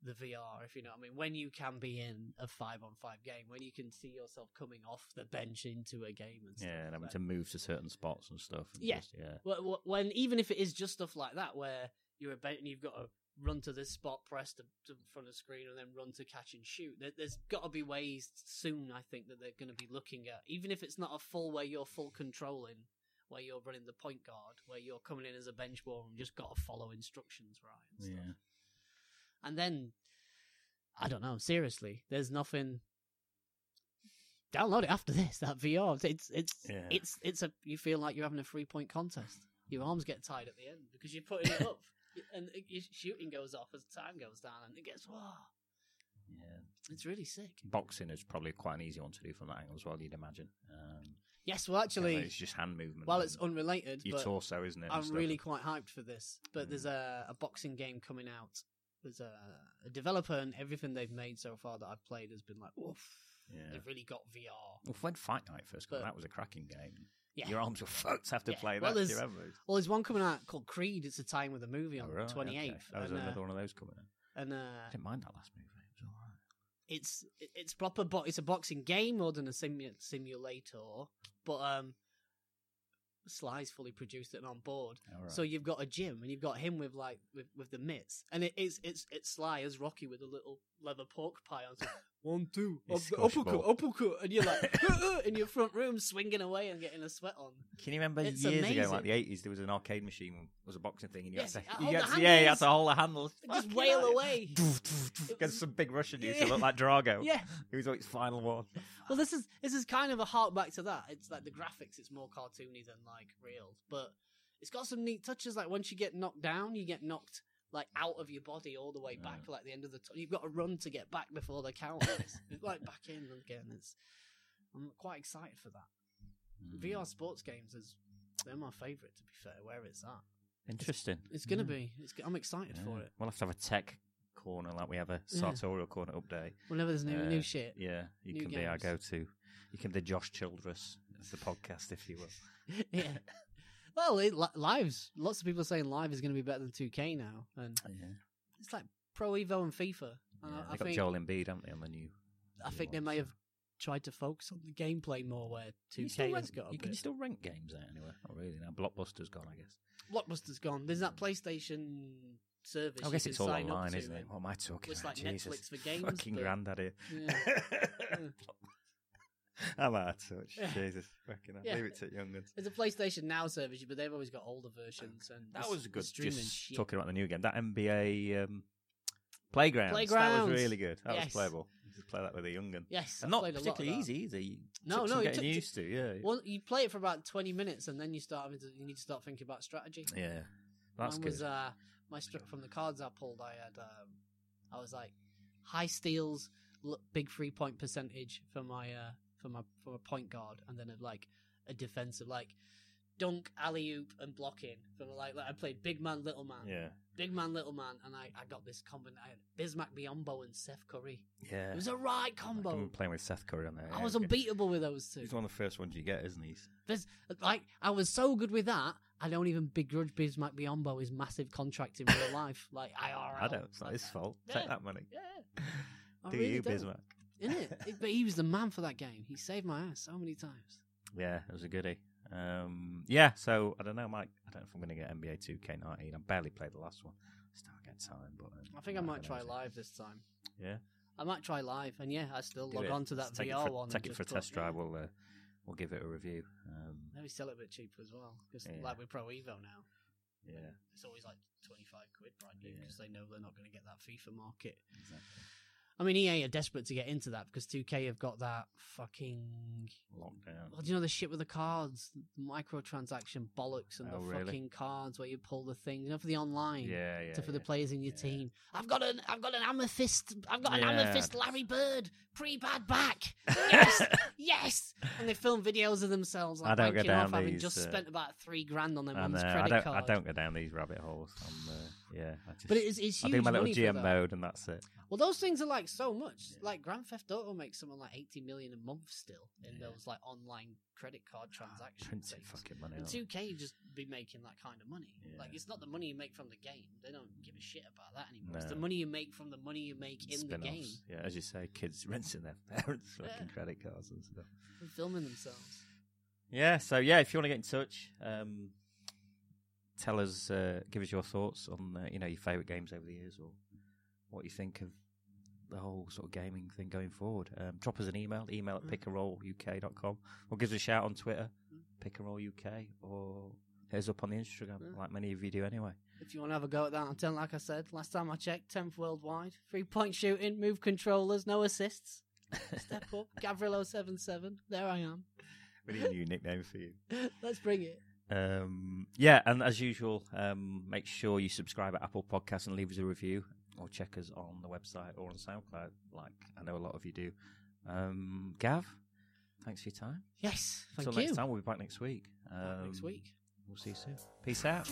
[SPEAKER 3] the VR, if you know what I mean. When you can be in a five on five game, when you can see yourself coming off the bench into a game and stuff.
[SPEAKER 2] yeah, and
[SPEAKER 3] like
[SPEAKER 2] having
[SPEAKER 3] that.
[SPEAKER 2] to move to certain spots and stuff. and
[SPEAKER 3] Yeah.
[SPEAKER 2] just- yeah.
[SPEAKER 3] Wh- wh- When even if it is just stuff like that, where you're a bench and you've got to run to this spot, press to, to front of screen, and then run to catch and shoot. There, there's got to be ways soon. I think that they're going to be looking at, even if it's not a full where you're full controlling, where you're running the point guard, where you're coming in as a bench warmer and just got to follow instructions right. And, stuff.
[SPEAKER 2] Yeah.
[SPEAKER 3] and then I don't know. Seriously, there's nothing. Download it after this. That VR, it's it's
[SPEAKER 2] Yeah.
[SPEAKER 3] it's it's a. You feel like you're having a three point contest. Your arms get tied at the end because you're putting
[SPEAKER 2] [laughs]
[SPEAKER 3] it up, and it- your shooting goes off as time goes down, and it gets wow.
[SPEAKER 2] yeah.
[SPEAKER 3] It's really sick.
[SPEAKER 2] Boxing is probably quite an easy one to do from that angle as well, you'd imagine. Um,
[SPEAKER 3] Yes, well,
[SPEAKER 2] yeah,
[SPEAKER 3] actually,
[SPEAKER 2] it's just hand movement.
[SPEAKER 3] while
[SPEAKER 2] and
[SPEAKER 3] it's unrelated,
[SPEAKER 2] your
[SPEAKER 3] but
[SPEAKER 2] torso, isn't it? and
[SPEAKER 3] I'm
[SPEAKER 2] stuff.
[SPEAKER 3] really quite hyped for this. But
[SPEAKER 2] Mm.
[SPEAKER 3] there's a, a boxing game coming out. There's a, a developer, and everything they've made so far that I've played has been like, oof,
[SPEAKER 2] Yeah.
[SPEAKER 3] they've really got VR.
[SPEAKER 2] Well, when Fight Night first came,
[SPEAKER 3] But-
[SPEAKER 2] out, that was a cracking game.
[SPEAKER 3] Yeah.
[SPEAKER 2] Your arms were fucked after
[SPEAKER 3] Yeah.
[SPEAKER 2] play
[SPEAKER 3] Well,
[SPEAKER 2] that. do you
[SPEAKER 3] there's-
[SPEAKER 2] remember?
[SPEAKER 3] Well, there's one coming out called Creed. It's a tie in with a movie on
[SPEAKER 2] Oh,
[SPEAKER 3] the
[SPEAKER 2] right,
[SPEAKER 3] 28th.
[SPEAKER 2] okay. That was
[SPEAKER 3] and, uh,
[SPEAKER 2] another one of those coming out.
[SPEAKER 3] and
[SPEAKER 2] I
[SPEAKER 3] uh,
[SPEAKER 2] didn't mind that last movie. It was all right.
[SPEAKER 3] it's it's proper, but it's a boxing game more than a simu- simulator. But um, Sly's fully produced it and on board.
[SPEAKER 2] All right.
[SPEAKER 3] So you've got a gym and you've got him with like with, with the mitts, and it is it's it's Sly as Rocky with a little leather pork pie on. [laughs] One, two, up,
[SPEAKER 2] It's Scottish
[SPEAKER 3] uppercut,
[SPEAKER 2] ball.
[SPEAKER 3] uppercut, and you're like [laughs] "Uh, in your front room swinging away and getting a sweat on.
[SPEAKER 2] Can you remember
[SPEAKER 3] It's
[SPEAKER 2] years ago,
[SPEAKER 3] amazing.
[SPEAKER 2] like the 80s, there was an arcade machine, it was a boxing thing, and you
[SPEAKER 3] Yes,
[SPEAKER 2] had to,
[SPEAKER 3] uh,
[SPEAKER 2] you
[SPEAKER 3] hold
[SPEAKER 2] had
[SPEAKER 3] the
[SPEAKER 2] to- yeah, you had
[SPEAKER 3] handles.
[SPEAKER 2] to hold the handles.
[SPEAKER 3] Just
[SPEAKER 2] Fucking
[SPEAKER 3] wail
[SPEAKER 2] hell, [laughs] yeah.
[SPEAKER 3] away. [laughs] It
[SPEAKER 2] Because
[SPEAKER 3] was-
[SPEAKER 2] some big Russian used to
[SPEAKER 3] Yeah.
[SPEAKER 2] look like Drago.
[SPEAKER 3] [laughs] Yeah,
[SPEAKER 2] He was on his final one.
[SPEAKER 3] Well, this is this is kind of a hark back to that. It's like the graphics; it's more cartoony than like real, but it's got some neat touches. Like once you get knocked down, you get knocked like out of your body all the way back, like the end of the. T- you've got to run to get back before they count. It's, it's like back in again. It's I'm quite excited for that.
[SPEAKER 2] Hmm.
[SPEAKER 3] VR sports games is they're my favorite. To be fair, where it's at,
[SPEAKER 2] Interesting.
[SPEAKER 3] it's gonna be. It's I'm excited for it.
[SPEAKER 2] We'll have to have a tech corner like we have a
[SPEAKER 3] Yeah.
[SPEAKER 2] sartorial corner up day.
[SPEAKER 3] Whenever there's new
[SPEAKER 2] Uh,
[SPEAKER 3] new shit, [laughs]
[SPEAKER 2] Yeah, you
[SPEAKER 3] New
[SPEAKER 2] can be our go
[SPEAKER 3] games.
[SPEAKER 2] to. You can be Josh Childress of the podcast, if you will.
[SPEAKER 3] yeah. Well, it, li- lives. Lots of people are saying live is going to be better than 2K now, and
[SPEAKER 2] Yeah.
[SPEAKER 3] it's like Pro Evo and FIFA. And Uh,
[SPEAKER 2] Yeah,
[SPEAKER 3] I- I,
[SPEAKER 2] They've got
[SPEAKER 3] think
[SPEAKER 2] Joel Embiid, haven't they, on the new.
[SPEAKER 3] I think they may have tried to focus on the gameplay more, where
[SPEAKER 2] Can you
[SPEAKER 3] 2K
[SPEAKER 2] still
[SPEAKER 3] has
[SPEAKER 2] rent-
[SPEAKER 3] got a
[SPEAKER 2] you
[SPEAKER 3] bit.
[SPEAKER 2] can still rent games out anyway. Not really. Now Blockbuster's gone, I guess.
[SPEAKER 3] Blockbuster's gone. There's that PlayStation service.
[SPEAKER 2] I
[SPEAKER 3] you
[SPEAKER 2] guess
[SPEAKER 3] can
[SPEAKER 2] it's all
[SPEAKER 3] sign up
[SPEAKER 2] online,
[SPEAKER 3] to
[SPEAKER 2] isn't it?
[SPEAKER 3] and-
[SPEAKER 2] What am I talking
[SPEAKER 3] It's
[SPEAKER 2] about?
[SPEAKER 3] like
[SPEAKER 2] Jesus.
[SPEAKER 3] [laughs] Netflix for games,
[SPEAKER 2] Fucking
[SPEAKER 3] but-
[SPEAKER 2] granddaddy.
[SPEAKER 3] Yeah.
[SPEAKER 2] [laughs] I'm out of touch. Jesus, fucking hell.
[SPEAKER 3] Yeah.
[SPEAKER 2] Leave it to young ones.
[SPEAKER 3] There's a PlayStation Now service, but they've always got older versions. And
[SPEAKER 2] That
[SPEAKER 3] this-
[SPEAKER 2] was a
[SPEAKER 3] the
[SPEAKER 2] good.
[SPEAKER 3] streaming
[SPEAKER 2] Just
[SPEAKER 3] shit.
[SPEAKER 2] talking about the new game, that NBA um, playground. That
[SPEAKER 3] Playgrounds.
[SPEAKER 2] was really good. That
[SPEAKER 3] Yes.
[SPEAKER 2] was playable. You could play that with a young and
[SPEAKER 3] Yes, I
[SPEAKER 2] and not
[SPEAKER 3] played a lot of
[SPEAKER 2] particularly
[SPEAKER 3] that.
[SPEAKER 2] easy either. You
[SPEAKER 3] No,
[SPEAKER 2] took
[SPEAKER 3] no,
[SPEAKER 2] some
[SPEAKER 3] it
[SPEAKER 2] getting
[SPEAKER 3] took-
[SPEAKER 2] used to. Yeah,
[SPEAKER 3] Well, you play it for about 20 minutes, and then you start having to, you need to start thinking about strategy.
[SPEAKER 2] yeah. That's
[SPEAKER 3] Mine
[SPEAKER 2] good.
[SPEAKER 3] was uh, my strip from the cards I pulled. I had um, I was like high steals, l- big three point percentage for my uh, for my for my point guard, and then a, like a defensive like dunk, alley oop, and blocking. For the, like, like I played big man, little man,
[SPEAKER 2] yeah,
[SPEAKER 3] big man, little man, and I, I got this combo. I had Bismack Biombo and Seth Curry.
[SPEAKER 2] yeah.
[SPEAKER 3] It was a right
[SPEAKER 2] I can
[SPEAKER 3] combo.
[SPEAKER 2] remember playing with Seth Curry on there.
[SPEAKER 3] I
[SPEAKER 2] yeah,
[SPEAKER 3] was
[SPEAKER 2] okay.
[SPEAKER 3] unbeatable with those two.
[SPEAKER 2] He's one of the first ones you get, isn't he?
[SPEAKER 3] There's like I was so good with that. I don't even begrudge Bismack Biombo his massive contract in real life. Like IRL.
[SPEAKER 2] [laughs] I don't. It's not his fault.
[SPEAKER 3] Yeah.
[SPEAKER 2] Take that money.
[SPEAKER 3] Yeah, I
[SPEAKER 2] Do
[SPEAKER 3] really
[SPEAKER 2] you,
[SPEAKER 3] don't,
[SPEAKER 2] Bismarck? [laughs]
[SPEAKER 3] Innit? It- But he was the man for that game. He saved my ass so many times.
[SPEAKER 2] Yeah, it was a goodie. Um, yeah, so I don't know, Mike. I don't know if I'm going to get NBA 2K19. I barely played the last one. Still get time, but um,
[SPEAKER 3] I think I
[SPEAKER 2] don't
[SPEAKER 3] might
[SPEAKER 2] know,
[SPEAKER 3] try
[SPEAKER 2] is it-
[SPEAKER 3] live this time.
[SPEAKER 2] Yeah?
[SPEAKER 3] I might try live, and yeah, I still
[SPEAKER 2] Do
[SPEAKER 3] log
[SPEAKER 2] it.
[SPEAKER 3] on to that
[SPEAKER 2] Just
[SPEAKER 3] VR
[SPEAKER 2] take it for,
[SPEAKER 3] one. and
[SPEAKER 2] Take it
[SPEAKER 3] just
[SPEAKER 2] for a
[SPEAKER 3] put-
[SPEAKER 2] test drive.
[SPEAKER 3] Yeah.
[SPEAKER 2] We'll uh, we'll give it a review. Um,
[SPEAKER 3] Maybe sell it a bit cheaper as well, because
[SPEAKER 2] Yeah.
[SPEAKER 3] like with Pro Evo now,
[SPEAKER 2] yeah,
[SPEAKER 3] it's always like twenty five quid brand new
[SPEAKER 2] Yeah.
[SPEAKER 3] because they know they're not going to get that FIFA market.
[SPEAKER 2] exactly.
[SPEAKER 3] I mean, EA are desperate to get into that because 2K have got that fucking
[SPEAKER 2] Lockdown.
[SPEAKER 3] Well, do you know the shit with the cards, the microtransaction bollocks, and
[SPEAKER 2] Oh,
[SPEAKER 3] the
[SPEAKER 2] really?
[SPEAKER 3] fucking cards where you pull the thing? You know, for the online,
[SPEAKER 2] Yeah, yeah.
[SPEAKER 3] to for the
[SPEAKER 2] yeah.
[SPEAKER 3] players in your
[SPEAKER 2] yeah.
[SPEAKER 3] team. I've got an, I've got an amethyst, I've got an
[SPEAKER 2] Yeah.
[SPEAKER 3] amethyst Larry Bird pre
[SPEAKER 2] [laughs]
[SPEAKER 3] bad back. Yes, yes. And they film videos of themselves like
[SPEAKER 2] I don't go
[SPEAKER 3] wanking off,
[SPEAKER 2] down
[SPEAKER 3] having
[SPEAKER 2] these,
[SPEAKER 3] just
[SPEAKER 2] uh,
[SPEAKER 3] spent about three grand on their
[SPEAKER 2] I know,
[SPEAKER 3] mum's
[SPEAKER 2] I
[SPEAKER 3] credit
[SPEAKER 2] don't.
[SPEAKER 3] card.
[SPEAKER 2] I don't go down these rabbit holes. I'm, uh, yeah, I just.
[SPEAKER 3] But it's it's
[SPEAKER 2] I
[SPEAKER 3] huge
[SPEAKER 2] do my little
[SPEAKER 3] money for
[SPEAKER 2] GM
[SPEAKER 3] that.
[SPEAKER 2] mode, and that's it.
[SPEAKER 3] Well, those things are like so much. Like Grand Theft Auto makes someone like eighty million a month still in
[SPEAKER 2] Yeah. Ah,
[SPEAKER 3] those like online credit card transactions.
[SPEAKER 2] Printing
[SPEAKER 3] things.
[SPEAKER 2] fucking money.
[SPEAKER 3] And
[SPEAKER 2] aren't
[SPEAKER 3] 2K just be making that kind of money. Like
[SPEAKER 2] Yeah.
[SPEAKER 3] it's not the money you make from the game. They don't give a shit about that anymore. It's
[SPEAKER 2] No.
[SPEAKER 3] the money you make from the money you make in the game.
[SPEAKER 2] Spin-offs. Yeah, as you say, kids [laughs] rinsing their parents' fucking credit cards and stuff.
[SPEAKER 3] They're filming themselves.
[SPEAKER 2] Yeah, so yeah, if you want to get in touch, um, tell us, uh, give us your thoughts on uh, you know your favourite games over the years or what you think of the whole sort of gaming thing going forward. Um, drop us an email, email at
[SPEAKER 3] Mm.
[SPEAKER 2] pickarolluk.com or give us a shout on Twitter, pickarolluk, or hit us up on the Instagram,
[SPEAKER 3] Yeah.
[SPEAKER 2] like many of you do anyway.
[SPEAKER 3] If you want to have a go at that, I'm telling like I said, last time I checked, 10th worldwide, three point shooting, move controllers, no assists.
[SPEAKER 2] [laughs]
[SPEAKER 3] Step up, Gavrilo77, there I am. [laughs]
[SPEAKER 2] we need a new nickname for you.
[SPEAKER 3] Let's bring it.
[SPEAKER 2] Um, yeah, and as usual, um, make sure you subscribe at Apple Podcasts and leave us a review, or check us on the website or on SoundCloud, like I know a lot of you do. Um, Gav, thanks for your time.
[SPEAKER 3] Yes, thank
[SPEAKER 2] Until
[SPEAKER 3] you.
[SPEAKER 2] next time, we'll be back next week.
[SPEAKER 3] Back next
[SPEAKER 2] Um,
[SPEAKER 3] week.
[SPEAKER 2] We'll see you soon. Peace out.